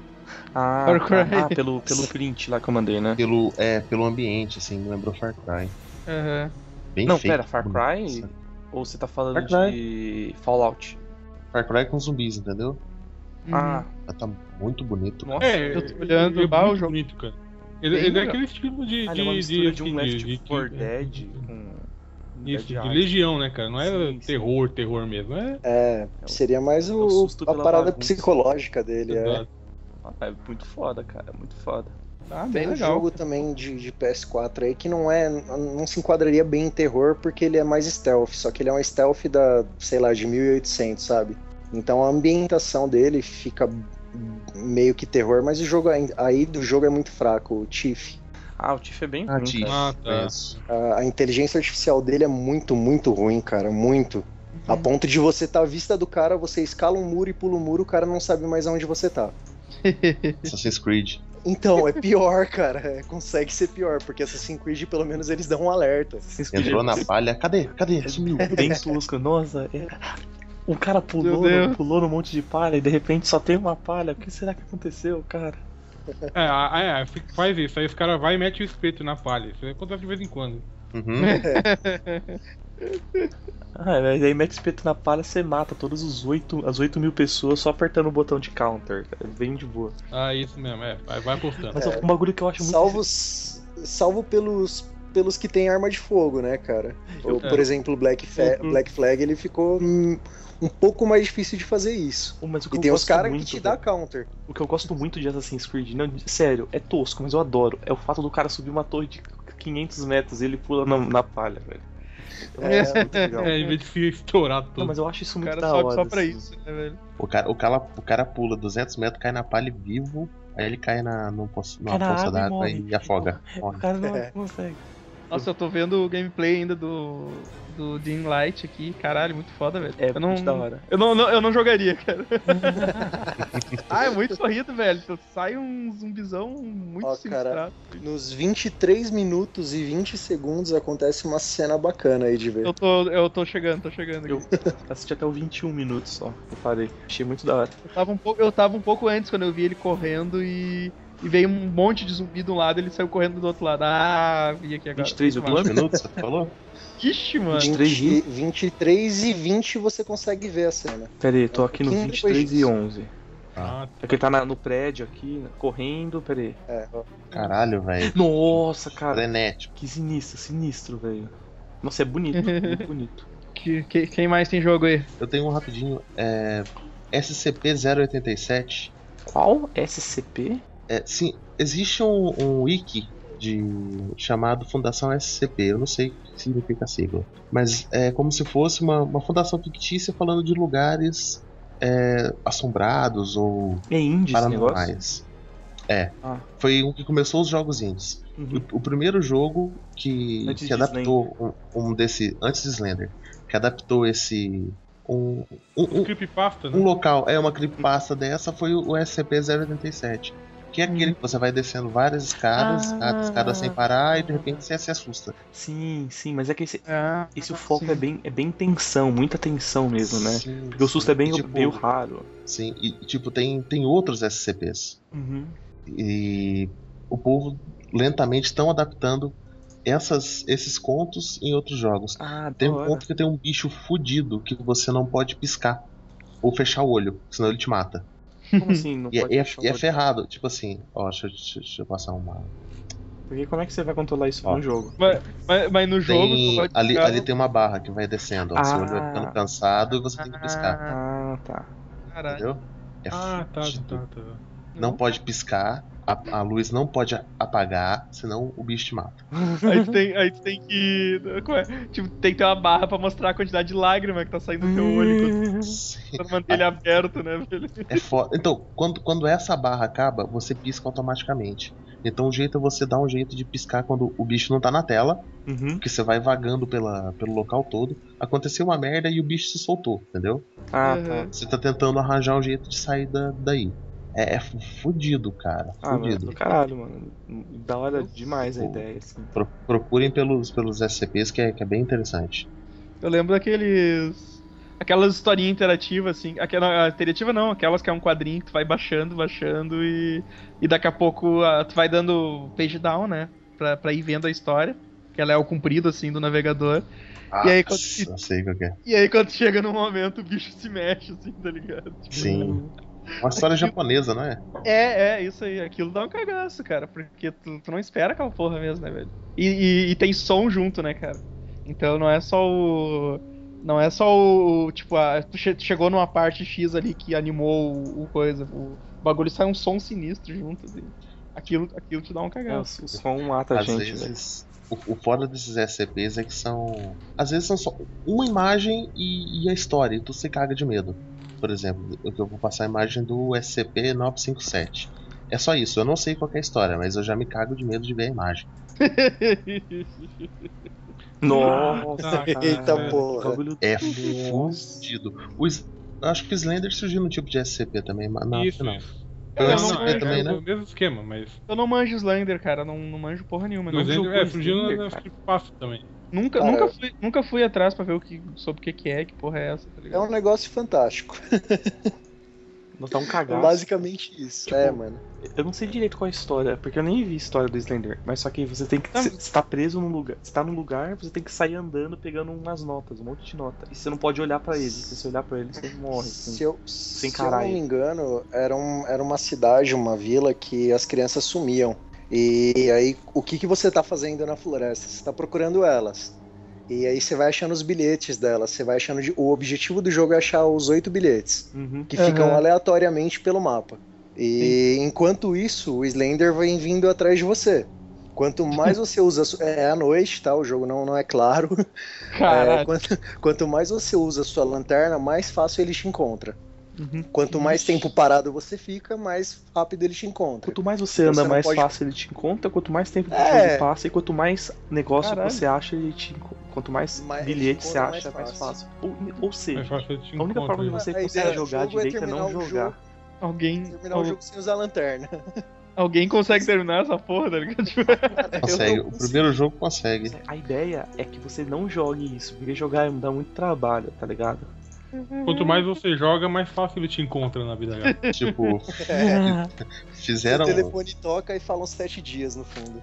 Ah, Far Cry. ah, ah, pelo, pelo print lá que eu mandei, né? Pelo, é, pelo ambiente, assim, me lembrou Far Cry. aham. Bem Não, feito. pera, assim. Far Cry? Nossa. Ou você tá falando Far de Fallout? Far Cry com zumbis, entendeu? Ah, Mas Tá muito bonito. nossa. É, Eu tô olhando, é bah, o muito jogo- bonito, cara. Ele, Bem ele é legal. aquele estilo de. Ah, ele de, é uma mistura de, de, um de- de- Left 4 de- Dead com um Dead Isso, de Island. legião, né, cara? Não é Sim, sim. terror, terror mesmo. É, É, É o- seria mais o o, susto a pela parada bagunça. psicológica dele. É. exato. Ah, É muito foda, cara, é muito foda. Tá Tem bem um legal. jogo também de, de PS4 aí que não é. não se enquadraria bem em terror porque ele é mais stealth. Só que ele é um stealth da, sei lá, de 1800, sabe? Então a ambientação dele fica meio que terror, mas o jogo ainda- aí do jogo é muito fraco, o Chief. Ah, o Tiff é bem Ah, ruim, Tiff. cara. Ah, tá. Conheço. A, a inteligência artificial dele é muito, muito ruim, cara. Muito. A ponto de você estar tá à vista do cara, você escala um muro e pula o muro, o cara não sabe mais onde você tá. Assassin's Creed. Então, é pior, cara. É, consegue ser pior, porque Assassin's Creed, pelo menos, eles dão um alerta. Assassin's Creed Entrou é na palha. Cadê? Cadê? Sumiu. bem tosco, nossa. é- O cara Meu pulou, Deus. no- pulou num monte de palha e de repente só tem uma palha. O que será que aconteceu, cara? É, a- é, é, fica- faz isso. Aí os caras vai e mete o espeto na palha. Isso acontece de vez em quando. Uhum. Ah, mas aí mete o espeto na palha você mata todas os 8, as 8 mil pessoas só apertando o botão de counter. cara. Bem de boa. Ah, isso mesmo, é. Vai, vai apostando. Mas é. um bagulho que eu acho muito. Salvo, s- salvo pelos, pelos que têm arma de fogo, né, cara? Ou, por exemplo, o Black, Fa- Uhum. Black Flag, ele ficou hum, um pouco mais difícil de fazer isso. Pô, mas o que E eu tem os gosto caras que muito, te dá velho, counter. O que eu gosto muito de Assassin's Creed, não, de- sério, é tosco, mas eu adoro. É o fato do cara subir uma torre de 500 metros e ele pula na, na palha, velho. Eu acho isso muito legal. É, em vez de se estourar todo. Não, mas eu acho isso O muito cara da sobe hora. só pra assim. isso, né, velho? O cara, o, cara, o cara pula 200 metros, cai na palha vivo, aí ele cai na, num poço- numa Cai na poça água e d'água morre. e afoga. O Morre. cara não É. consegue. Nossa, eu tô vendo o gameplay ainda do. Do Dean Light aqui, caralho, muito foda, velho. É eu não, muito da hora. Eu não, não- eu não jogaria, cara. ah, é muito corrido, velho. Tu Sai um zumbizão muito Ó, cara. sinistrado. Nos 23 minutos e 20 segundos acontece uma cena bacana aí de ver. Eu tô, eu tô chegando, tô chegando aqui. Eu assisti até o 21 minutos só. Eu parei. Achei muito da hora. Eu tava um pouco, eu tava um pouco antes quando eu vi ele correndo e, e veio um monte de zumbi de um lado ele saiu correndo do outro lado. Ah, vi aqui agora. 23 Muito o plano? Minutos, você falou? massa. Ixi, mano. 23 20, 23 e 20 você consegue ver a cena. Pera aí, tô aqui no É, Quem 23 e depois 11. Ah, É que ele tá na- no prédio aqui, né, correndo, pera aí. É, ó. Caralho, velho. Nossa, cara. Frenético. Que sinistro, sinistro, velho. Nossa, é bonito, muito bonito. Que- que- quem mais tem jogo aí? Eu tenho um rapidinho. É, SCP-087. Qual? SCP? É, sim, existe um, um wiki de, chamado Fundação SCP. Eu não sei o que significa a sigla. Mas é como se fosse uma, uma fundação fictícia falando de lugares é, assombrados ou É indie esse negócio? paranormais. É. Ah. Foi o que começou os jogos indies. Uhum. O, o primeiro jogo que, Antes que de adaptou um, um desse. Antes de Slender. Que adaptou esse. Um, um, um, creepypasta, um né? local, é uma creepypasta dessa, foi o SCP-087. Que é aquele que você vai descendo várias escadas, Hum. Ah. escadas, escadas sem parar, e de repente você se assusta. Sim, sim, mas é que esse, Ah, esse foco sim. é bem, é bem tensão, muita tensão mesmo, né? Porque o susto é bem, tipo, bem raro. Sim, e tipo, tem, tem outros SCPs. Uhum. E o povo lentamente estão adaptando essas, esses contos em outros jogos. Ah, da Tem um hora. conto que tem um bicho fudido que você não pode piscar ou fechar o olho, senão ele te mata. Como assim? Não E, é- pode e é, fechar o e é olho? ferrado, tipo assim, ó, deixa, eu- deixa eu- deixa eu passar uma. Porque como é que você vai controlar isso Ó. no jogo? Mas, mas no jogo. tu Tem- pode ali, jogar- ali tem uma barra que vai descendo, ó. Seu Ah. olho vai ficando cansado e você tem que piscar, Ah, Ah, tá. caralho. entendeu? É Ah, tá, fudido. tá, tá. Não pode piscar, a, a luz não pode a- apagar, senão o bicho te mata. Aí tu tem, aí tu tem que. como é? Tipo, tem que ter uma barra pra mostrar a quantidade de lágrima que tá saindo do teu Hum. Então, olho enquanto Sim, tu manter ele aberto, né, velho? é foda. Então, quando, quando essa barra acaba, você pisca automaticamente. Então o jeito é você dar um jeito de piscar quando o bicho não tá na tela, Uhum. porque você vai vagando pela, pelo local todo. Aconteceu uma merda e o bicho se soltou, entendeu? Ah, Uhum. tá. Você tá tentando arranjar um jeito de sair da- daí. É, é fu- fudido, cara. Ah, mas Fudido. do caralho, mano. Da hora demais a ideia, assim. Pro- procurem pelos, pelos SCPs, que é, que é bem interessante. Eu lembro daqueles. Aquelas historinhas interativas, assim. Aquela, interativa não, aquelas que é um quadrinho que tu vai baixando, baixando e. E daqui a pouco ah, tu vai dando page down, né? Pra, pra ir vendo a história. Que ela é o comprido, assim, do navegador. Ah, E aí, quando- Nossa, eu sei qual que é. E aí quando chega num momento, o bicho se mexe, assim, tá ligado? Tipo, Sim. Uma história japonesa, não é? É, é, isso aí. Aquilo dá um cagaço, cara. Porque tu, tu não espera aquela porra mesmo, né, velho? E, e- e tem som junto, né, cara? Então não é só o. Não é só o. Tipo, a, tu che- chegou numa parte X ali que animou o, o coisa. O bagulho sai um som sinistro junto. Assim. Aquilo, aquilo te dá um É, o, o cagaço. som mata a Às gente, velho. vezes. O, o foda desses SCPs é que são. Às vezes são só uma imagem e, e a história, e tu se caga de medo. Por exemplo, eu, eu vou passar a imagem do SCP-957. É só isso, eu não sei qual que é a história, mas eu já me cago de medo de ver a imagem. É Nossa, Eita, cara. porra. Bagulho É Nossa. fudido. O S- eu acho que o Slender surgiu no tipo de SCP também, mas não, Isso, É, não. isso. Foi Não, o não, SCP é, também, né? o mesmo esquema, mas. Eu não manjo Slender, cara. Não, não manjo porra nenhuma. Mas Nunca, jogou é, surgiu Slender, nas cara? creepypastas também. nunca, Cara, nunca, fui, nunca fui atrás pra ver o que, sobre o que, que é, que porra é essa, tá É ligado? um negócio fantástico. É Não tá um cagaço. Basicamente isso. Tipo, é, mano. Eu não sei direito qual é a história, porque eu nem vi a história do Slender. Mas só que você tem que. Ah, Você você tá preso num lugar. Você tá num lugar, você tem que sair andando pegando umas notas, um monte de nota. E você não pode olhar pra ele. Se você olhar pra ele, você morre. assim. Se eu, se eu caralho. não me engano, era, um, era uma cidade, uma vila que as crianças sumiam. E aí, o que, que você tá fazendo na floresta? Você tá procurando elas. E aí você vai achando os bilhetes delas. Você vai achando. de- O objetivo do jogo é achar os oito bilhetes, Uhum. que Aham. ficam aleatoriamente pelo mapa. E enquanto isso, o Slender vem vindo atrás de você. Quanto mais você usa. su- É à noite, tá? O jogo não, não é claro. É, Caralho. quanto, quanto mais você usa sua lanterna, mais fácil ele te encontra. Uhum. Quanto mais tempo parado você fica, mais rápido ele te encontra. Quanto mais Então você anda, não mais pode- fácil ele te encontra, quanto mais tempo É. ele passa e quanto mais negócio Caralho. você acha, ele te enco- quanto mais, Mais- bilhete você encontra acha, é mais mais fácil. Ou, ou Mais seja, É fácil eu te a única encontro, forma de né? você A conseguir ideia do jogar jogo é direito é não terminar o jogar. Alguém, Terminar o al- jogo sem usar lanterna. alguém consegue terminar essa porra, tá ligado? Tipo, Consegue. eu não O primeiro jogo consegue. A ideia é que você não jogue isso, porque jogar dá muito trabalho, tá ligado? Quanto mais você joga, mais fácil ele te encontra na vida real. Tipo, O fizeram. telefone toca e falam sete dias no fundo.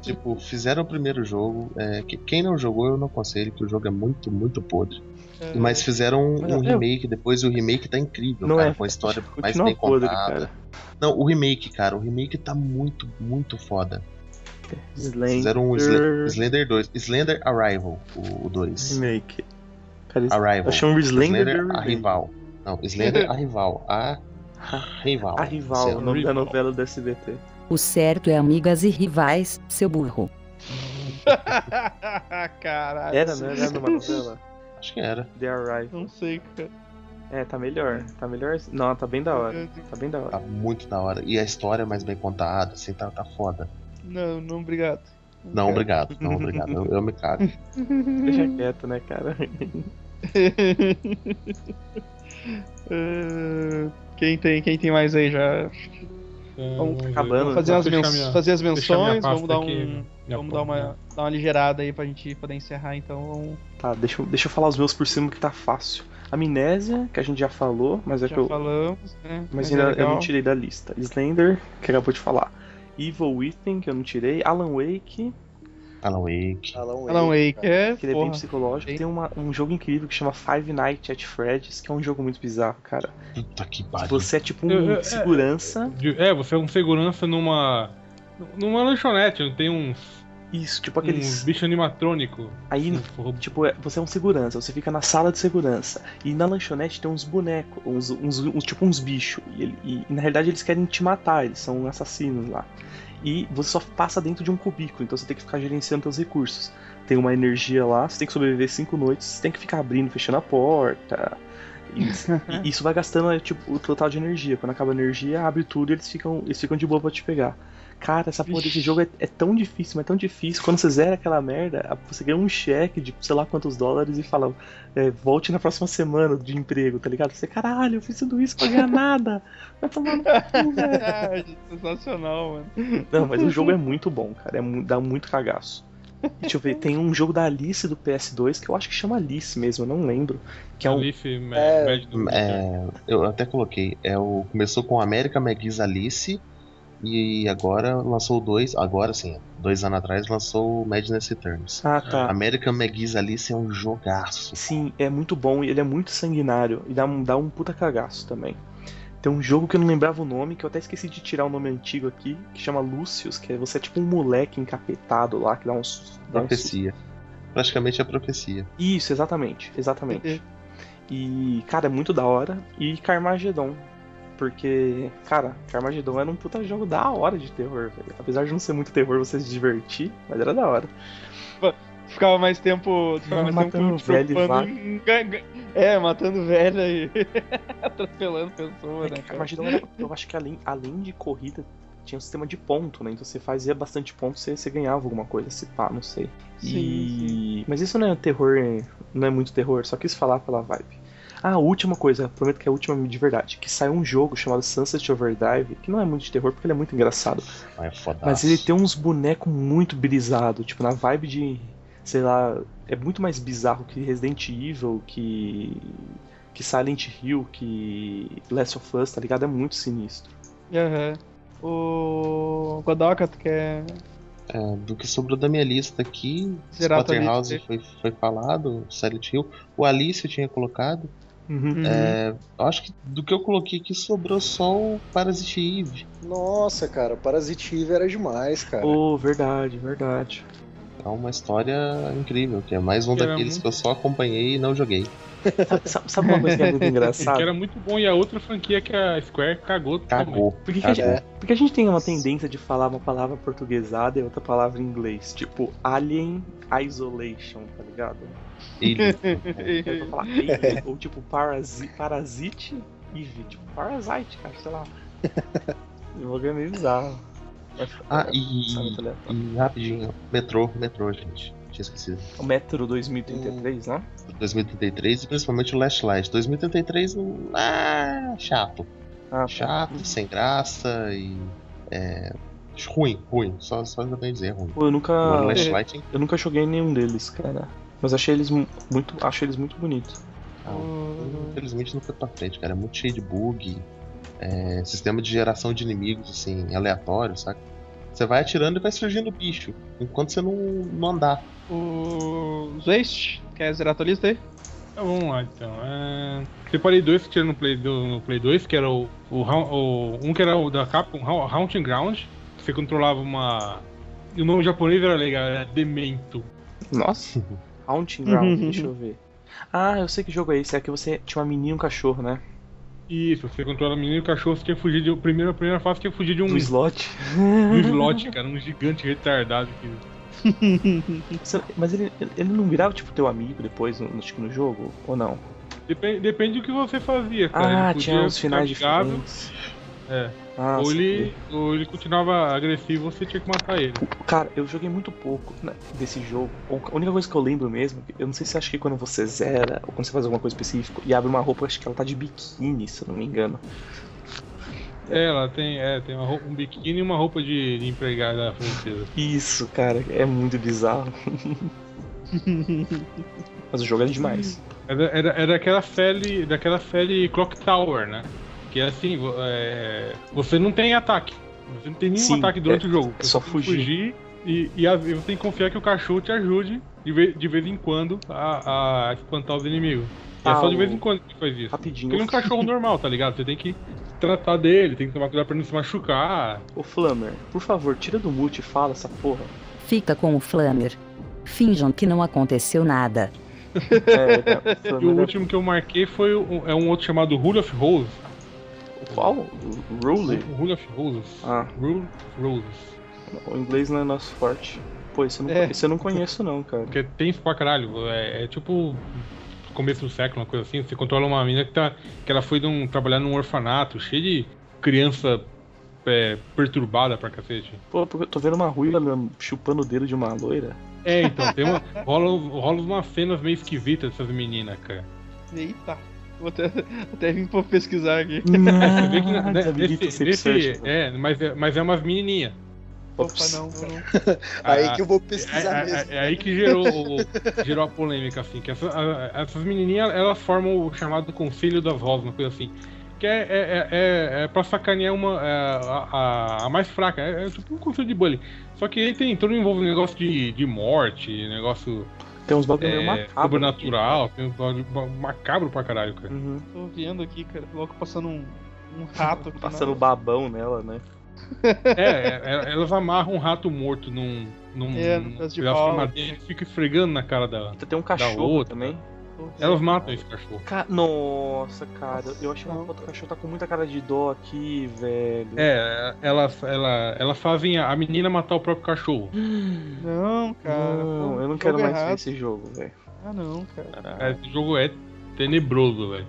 Tipo, fizeram o primeiro jogo. é, que- quem não jogou, eu não aconselho, que o jogo é muito, muito podre. Mas fizeram um, Mas, um meu, remake depois e o remake tá incrível, não cara. é, Com a história mais Continua bem podre, contada. cara. Não, o remake, cara, o remake tá muito, muito foda. Slender. Fizeram um Sle- Slender 2. Slender Arrival, o 2. Remake. Cara, isso- Arrival. eu chamo de Slender. Slender a Remake. rival. Não, Slender a rival. A rival. A rival, o Sei lá. nome da Rival. novela do SBT. O certo é amigas e rivais, seu burro. Caralho. Era, né? Era numa novela. Acho que era. The Arrival. Não sei, cara. É, tá melhor. Tá melhor. Não, tá bem da hora. Tá bem da hora. Tá muito da hora. E a história é mais bem contada, assim, tá, tá foda. Não, não, obrigado. Não, obrigado. Não, obrigado. Eu, eu me cago. Deixa quieto, né, cara? Eh, quem, tem, quem tem mais aí já? Então, Vamos ver. acabando. Vou Fazer, fechar as, mens- minha- fazer as fechar minha menções, pasta vamos dar, aqui, um, minha vamos dar, uma, porta. dar uma ligeirada aí pra gente poder encerrar, então vamos. Tá, deixa, eu- deixa eu falar os meus por cima que tá fácil. Amnésia, que a gente já falou, mas é Já que eu. falamos, né? Mas é ainda eu legal. não tirei da lista. Slender, que acabou de falar. Evil Within, que eu não tirei. Alan Wake, Alan Wake. Alan Wake. Alan Wake, um cara. é. que ele é bem Porra. psicológico. Sim. Tem uma- um jogo incrível que chama Five Nights at Freddy's, que é um jogo muito bizarro, cara. Puta que Que pariu. você é tipo Eu- um eu- é- segurança. De- É, você é um segurança numa. numa lanchonete, não tem uns. Isso, tipo uns aqueles. bicho animatrônico. Aí Uns robô- Tipo, é- você é um segurança, você fica na sala de segurança. E na lanchonete tem uns bonecos, uns, uns- uns- tipo uns bichos. E, ele- e- e, na realidade eles querem te matar, eles são assassinos lá. E você só passa dentro de um cubículo, então você tem que ficar gerenciando seus recursos. Tem uma energia lá, você tem que sobreviver cinco noites, você tem que ficar abrindo, fechando a porta. E, e isso vai gastando é, tipo, o total de energia. Quando acaba a energia, abre tudo e eles ficam, eles ficam de boa pra te pegar. Cara, essa porra desse Vixe. jogo é, é tão difícil, mas é tão difícil. Quando você zera aquela merda, a- você ganha um cheque de sei lá quantos dólares e fala, é, volte na próxima semana de emprego, tá ligado? Você, caralho, eu fiz tudo isso pra ganhar nada. Vai tomar no cu, velho. Sensacional, mano. Não, mas o jogo é muito bom, cara. É mu- dá muito cagaço. E Deixa eu ver, tem um jogo da Alice do PS2 que eu acho que chama Alice mesmo, eu não lembro. Que é um. Alice, Ma- É, Mad né? do- É, eu até coloquei. É o, começou com América McGee's Alice. E agora lançou dois. Agora sim, dois anos atrás lançou o Madness Returns. Ah, tá. American McGee's Alice é um jogaço. Sim, é muito bom e ele é muito sanguinário. E dá, um- dá um puta cagaço também. Tem um jogo que eu não lembrava o nome, que eu até esqueci de tirar o nome antigo aqui, que chama Lucius, que é você é tipo um moleque encapetado lá, que dá um sus- dá um susto. Profecia. Praticamente é profecia. Isso, exatamente, exatamente. E, cara, é muito da hora. E Carmageddon. Porque, cara, Carmageddon era um puta jogo da hora de terror, velho. Apesar de não ser muito terror, você se divertir, mas era da hora. Ficava mais tempo. Ficava Não, mais tempo tipo, matando velho e vaca. em- em ga- ga- É, matando velho e atropelando pessoas, né? É que Cara? Carmageddon era, eu acho que além, além de corrida, tinha um sistema de ponto, né? Então você fazia bastante ponto, você, você ganhava alguma coisa, se pá, não sei. Sim, sim. E- Mas isso não é terror, não é muito terror, só quis falar pela vibe. Ah, última coisa, prometo que é a última de verdade, que saiu um jogo chamado Sunset Overdrive, que não é muito de terror porque ele é muito engraçado, Mas é foda. mas ele tem um uns bonecos muito brisado, tipo na vibe de, sei lá, é muito mais bizarro que Resident Evil, que que Silent Hill, que Last of Us, tá ligado? É muito sinistro. Aham. O Godoka, tu quer É, do que sobrou da minha lista aqui, zerar a tua Splatterhouse lista? foi, foi falado, Silent Hill. O Alice eu tinha colocado. Uhum. É, eu acho que do que eu coloquei aqui sobrou só o Parasite Eve. Nossa, cara, Parasite Eve era demais, cara. Oh, verdade, verdade. É uma história incrível, que é mais um Que era daqueles muito- que eu só acompanhei e não joguei. Sabe, sabe uma coisa que é muito Que engraçada? era muito bom e a outra franquia que é a Square cagou totalmente. Cagou. Por que, que a cagou. gente, por que a gente tem uma tendência de falar uma palavra portuguesada e outra palavra em inglês? Tipo, Alien Isolation, tá ligado? Ele- Eu vou falar Alien, ou tipo, parasi, Parasite Eve. Tipo, Parasite, cara, sei lá. Eu vou organizar. Ah, e, Sabe, tá ligado? e rapidinho, metrô, metrô, gente. Tinha esquecido. O Metro 2033, né? 2033 e principalmente o Last Light. 2033, hum, ah, chato. Ah, Chato, sem graça e. É, ruim, ruim. Só, só ainda bem dizer ruim. Pô, eu nunca. O Last Light, hein? Eu nunca joguei nenhum deles, cara. Mas achei eles mu- muito. Acho eles muito bonitos. Ah, Infelizmente não foi pra frente, cara. É muito cheio de bug. é, sistema de geração de inimigos, assim, aleatório, saca? Você vai atirando e vai surgindo bicho. Enquanto você não, não andar. O Zwaste, quer zerar a tua lista aí? Então vamos lá então. É... Separei dois que tinham no Play, do, no Play 2, que era o, o, Hau- o- Um que era o da Capcom, Hau- Haunting Ground, que você controlava uma. E o nome japonês era legal, era Demento. Nossa. Haunting Ground, um deixa eu ver. Ah, eu sei que jogo é esse. É que você tinha uma menina e um cachorro, né? Isso, você controla o menino e o cachorro, você tinha que fugir de. A primeira, a primeira fase tinha que fugir de um, Do slot. um slot, cara, um gigante retardado que Você- Mas ele, ele não virava, tipo, teu amigo depois, no, no- tipo, no jogo? Ou não? Depende, depende do que você fazia, cara. Ah, Ele podia tinha uns ficar finais amigável, diferentes. É. Ah, ou, saquei. ele, ou ele continuava agressivo, você tinha que matar ele. Cara, eu joguei muito pouco né, desse jogo. A única coisa que eu lembro mesmo, eu não sei se acho que quando você zera ou quando você faz alguma coisa específica e abre uma roupa, acho que ela tá de biquíni, se eu não me engano. É, ela tem, é, tem uma roupa- um biquíni e uma roupa de, de empregada francesa. Isso, cara, é muito bizarro. Mas o jogo é demais. Era, era, era daquela série, daquela série Clock Tower, né? Que é assim, vo- é, você não tem ataque. Você não tem nenhum Sim, ataque durante é- o jogo. é só Você tem que fugir. e, e às vezes você tem que confiar que o cachorro te ajude de vez, de vez em quando a, a espantar os inimigos. E é Ah, só de o- vez em quando que faz isso. Rapidinho. Ele é um cachorro normal, tá ligado? Você tem que tratar dele, tem que tomar cuidado pra não se machucar. Ô Flammer, por favor, tira do mute e fala essa porra. Fica com o Flammer. Finjam que não aconteceu nada. É, é, E o Flammer último que eu marquei foi um, é um outro chamado Rule of Roses. é... Qual? O Ruler? Rule of Roses. Ah, Rule of Roses. o inglês não é nosso forte. Pô, esse eu não, É. esse eu não conheço não, cara. Porque tem isso pra caralho. É, é tipo começo do século, uma coisa assim. Você controla uma mina que tá. que ela foi de um- trabalhar num orfanato, cheio de criança é, perturbada pra cacete. Pô, porque eu tô vendo uma ruiva né, chupando o dedo de uma loira. É, então, tem uma. rola, rola umas cenas meio esquisitas dessas meninas, cara. Eita, vou até, até vim pra pesquisar aqui. Você vê que na- Não, né, nesse, nesse- é, mas é, mas é umas menininhas. Opa, não, vou não. Aí Ah, que eu vou É, pesquisar é- mesmo. é- é aí que gerou, o- gerou a polêmica, assim, que essa- a- a- essas menininhas, elas formam o chamado Conselho das Vozes, uma coisa assim, que é, é, é, é- é pra sacanear uma, é, a, a- a mais fraca, é, é tipo um conselho de bullying, só que aí tem todo envolve um negócio de, de morte, negócio Tem uns bagulho é, meio macabro. né? sobrenatural, tem um bagulho ba- macabro pra caralho, cara. Uhum. Tô vendo aqui, cara. Logo passando um, um rato aqui. Passando na... babão nela, né? É, é, é, elas amarram um rato morto num, num, É, num num pedaço pedaço de de pau. madeira e fica esfregando na cara da... Então tem um cachorro outra. também. Elas matam esse cachorro. Ca- Nossa, cara, eu achei uma Não. foto do cachorro tá com muita cara de dó aqui, velho. É, elas, ela, elas fazem a a menina matar o próprio cachorro. Não, cara. pô, não, eu não jogo quero mais ver errado. esse jogo, velho. Ah, não, cara. Cara, Esse jogo é tenebroso, velho.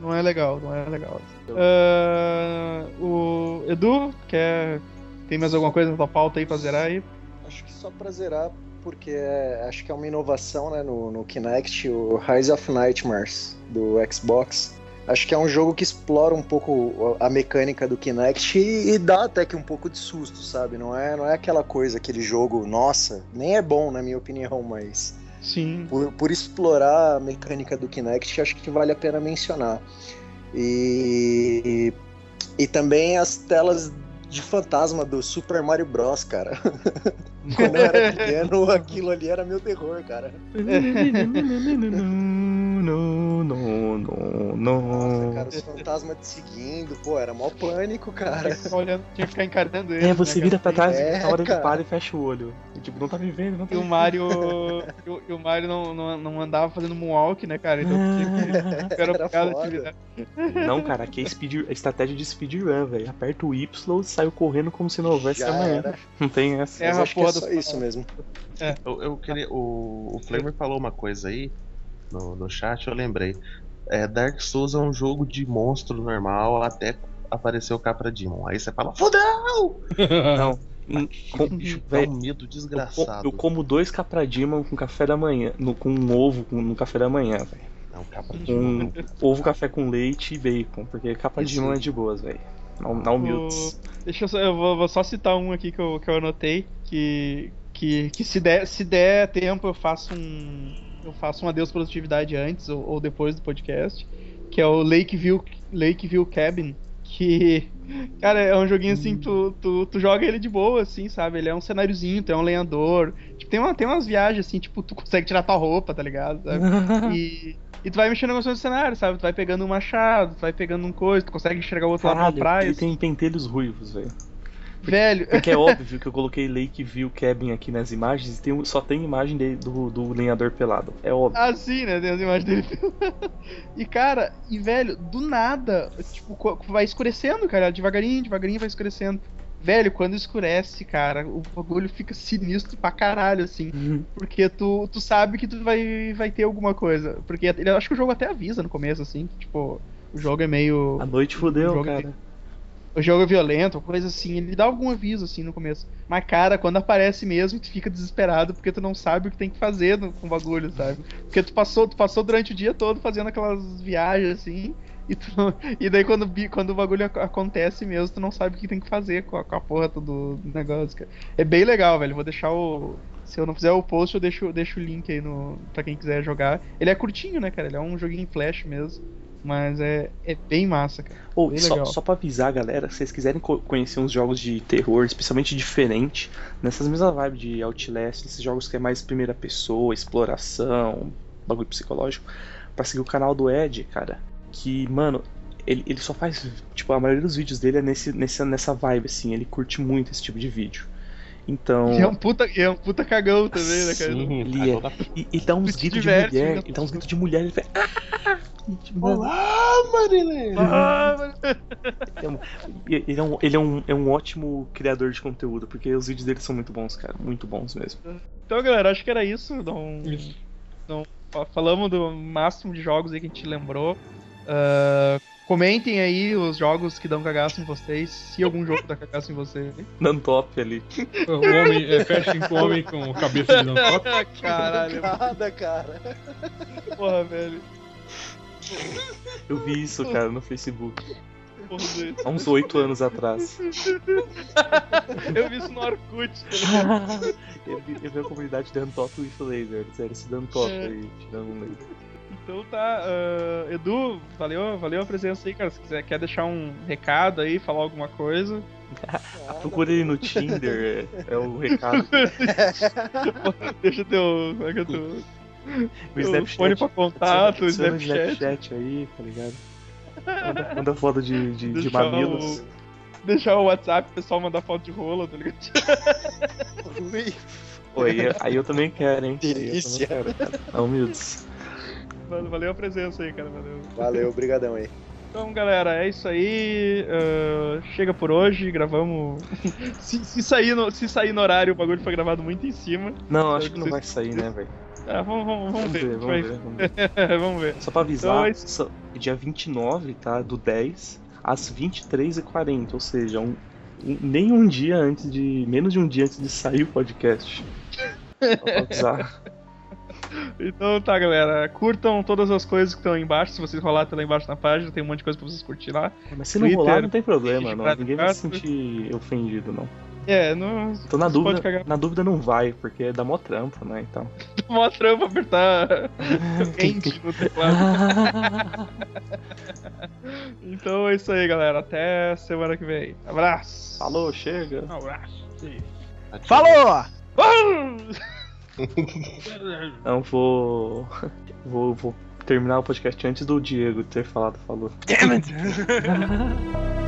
Não é legal, não é legal. Ah, o Edu, quer. Tem mais alguma coisa na tua pauta aí pra zerar aí? Acho que só pra zerar, porque é- acho que é uma inovação né, no, no Kinect, o Rise of Nightmares do Xbox. Acho que é um jogo que explora um pouco a a mecânica do Kinect e, e dá até que um pouco de susto, sabe? Não é, não é aquela coisa, aquele jogo, nossa, nem é bom, na minha opinião, mas Sim. por, por explorar a mecânica do Kinect, acho que vale a pena mencionar. E, e, e também as telas de fantasma do Super Mario Bros, cara. Quando eu era pequeno, aquilo ali era meu terror, cara. É. não, não, não, não. Nossa, cara, os fantasmas te seguindo, pô, era mó pânico, cara. Tinha que ficar olhando- tinha que ficar encarando ele. É, você né, vira pra cara? trás É, na hora ele cara. para e fecha o olho. E, tipo, não tá me vendo, não tá E o Mario. e o- e o Mario não, não, não andava fazendo moonwalk, né, cara? Então Ah. tinha me que era um obrigado Era a foda. atividade. vendo. um Não, cara, aqui é speed, é estratégia de speedrun, velho. Aperta o Y e saiu correndo como se não houvesse Já amanhã. era. Não tem essa. É, Mas acho que porra é do só isso mesmo. Eu, eu queria. O, o Flamer falou uma coisa aí no, no chat, eu lembrei. É, Dark Souls é um jogo de monstro normal até aparecer o Capra Demon. Aí você fala, fudão! Não. Aquele bicho dá véi, um medo Eu, co- desgraçado. Um, eu como dois capradimon com café da manhã, no, com um ovo com- no café da manhã, velho. Não, Capra Um Demon. ovo, café com leite e bacon, porque capradimon Isso. é de boas, velho. Na, na humildes. Tipo, Deixa eu só, eu vou, vou só citar um aqui que eu, que eu anotei, que, que, que se, der, se der tempo eu faço um eu faço um adeus produtividade antes ou, ou depois do podcast, que é o Lakeview, Lakeview Cabin, que, cara, é um joguinho assim, tu, tu, tu joga ele de boa, assim, sabe? Ele é um cenáriozinho, tu é um lenhador, tipo, tem, uma, tem umas viagens, assim, tipo, tu consegue tirar tua roupa, tá ligado? Sabe? E, e tu vai mexendo nas coisas do cenário, sabe? Tu vai pegando um machado, tu vai pegando um coisa, tu consegue enxergar o outro lado Caralho, da praia. ele tem pentelhos ruivos, velho. Velho, Porque é óbvio que eu coloquei Lakeview Cabin aqui nas imagens e tem, um- só tem imagem de- do, do lenhador pelado. É óbvio. assim, né? Tem as imagens dele. e, cara, e, velho, do nada, tipo, co- vai escurecendo, cara. Devagarinho, devagarinho vai escurecendo. Velho, quando escurece, cara, o bagulho fica sinistro pra caralho, assim. Porque tu, tu sabe que tu vai, vai ter alguma coisa. Porque ele- eu acho que o jogo até avisa no começo, assim, que, tipo, o jogo é meio. A noite O fudeu, jogo cara. o jogo é violento, uma coisa assim, ele dá algum aviso assim no começo. Mas cara, quando aparece mesmo, tu fica desesperado porque tu não sabe o que tem que fazer no- com o bagulho, sabe? Porque tu passou, tu passou durante o dia todo fazendo aquelas viagens assim, e, tu não- e daí quando, o bi- quando o bagulho ac- acontece mesmo, tu não sabe o que tem que fazer com a, com a porra do- do negócio, cara. É bem legal, velho. Vou deixar o. Se eu não fizer o post, eu deixo, deixo o link aí no, pra quem quiser jogar. Ele é curtinho, né, cara? Ele é um joguinho em flash mesmo. Mas é, é bem massa, cara. Ou, Bem só, legal. só pra avisar, galera, se vocês quiserem co- conhecer uns jogos de terror, especialmente diferente, nessas mesmas vibes de Outlast, esses jogos que é mais primeira pessoa, exploração, bagulho psicológico, pra seguir o canal do Ed, cara, que, mano, ele, ele só faz, tipo, a maioria dos vídeos dele é nesse, nessa, nessa vibe, assim, ele curte muito esse tipo de vídeo. Então. E é um puta, e é um puta cagão também, né, cara? Sim, Ele tá é- toda- E, e dá uns Se gritos de diverte, né? mulher, ainda- ele dá uns gritos de mulher, ele faz. Ah! E, tipo, mano, Olá, Marilene! Ah, mas- E- Ele, é um, ele é, um, é um ótimo criador de conteúdo, porque os vídeos dele são muito bons, cara. Muito bons mesmo. Então, galera, acho que era isso. Não, Isso. não- fa- falamos do máximo de jogos aí que a gente lembrou. Ah, comentem aí os jogos que dão cagaço em vocês, se algum jogo dá cagaço em vocês. Nantop ali. O homem, é, fecha com o homem com cabeça de lantop. Ah, Caralho, Nada, cara. porra, velho. Eu vi isso, cara, no Facebook. Porra, velho. Há uns oito anos atrás. Eu vi isso no Orkut. tá ligado? eu, vi, eu vi a comunidade Dantop with Laser. Sério, esse Dantop É. aí, tirando um laser. Então tá, ah, Edu, valeu, valeu a presença aí, cara. Se quiser, quer deixar um recado aí, falar alguma coisa. Procura ele no Tinder, é, é o recado. Deixa teu. Como é que é teu? O teu fone pra Snapchat. contato, o adiciona o Snapchat. Snapchat aí, tá ligado? Manda, manda foto de, de, de Deixa mamilos. deixar o WhatsApp, o pessoal mandar foto de rola, tá ligado? Ui, Oi, aí eu também quero, hein? Aí eu também Delícia. quero, cara. Humildes. Mano, valeu a presença aí, cara, valeu. Valeu, obrigadão aí. Então, galera, é isso aí. ah, chega por hoje, gravamos. se, se sair no, se sair no horário, o bagulho foi gravado muito em cima. Não, acho que não vai sair, né, velho? Ah, vamos, vamos, vamos Vamos ver. ver, vamos ver, vamos ver. ver. vamos ver. Só Então pra avisar, é só- dia 29, tá? Do 10 às 23h40, ou seja, um- um- nem um dia antes de. menos de um dia antes de sair o podcast. Só pra avisar. Então tá, galera. Curtam todas as coisas que estão aí embaixo. Se vocês rolar até lá embaixo na página, tem um monte de coisa pra vocês curtir lá. Mas se não Twitter, rolar, não tem problema, não. Instagram, Ninguém vai se sentir ofendido, não. É, não. Tô na Você pode dúvida. cagar. Na dúvida não vai, porque dá mó trampo, né? Então. Mó trampa apertar end no teclado. Ah. Então é isso aí, galera. Até semana que vem. Abraço. Falou, chega. Um abraço. Falou! Ah! Não vou. Vou, vou terminar o podcast antes do Diego ter falado, falou. Damn it!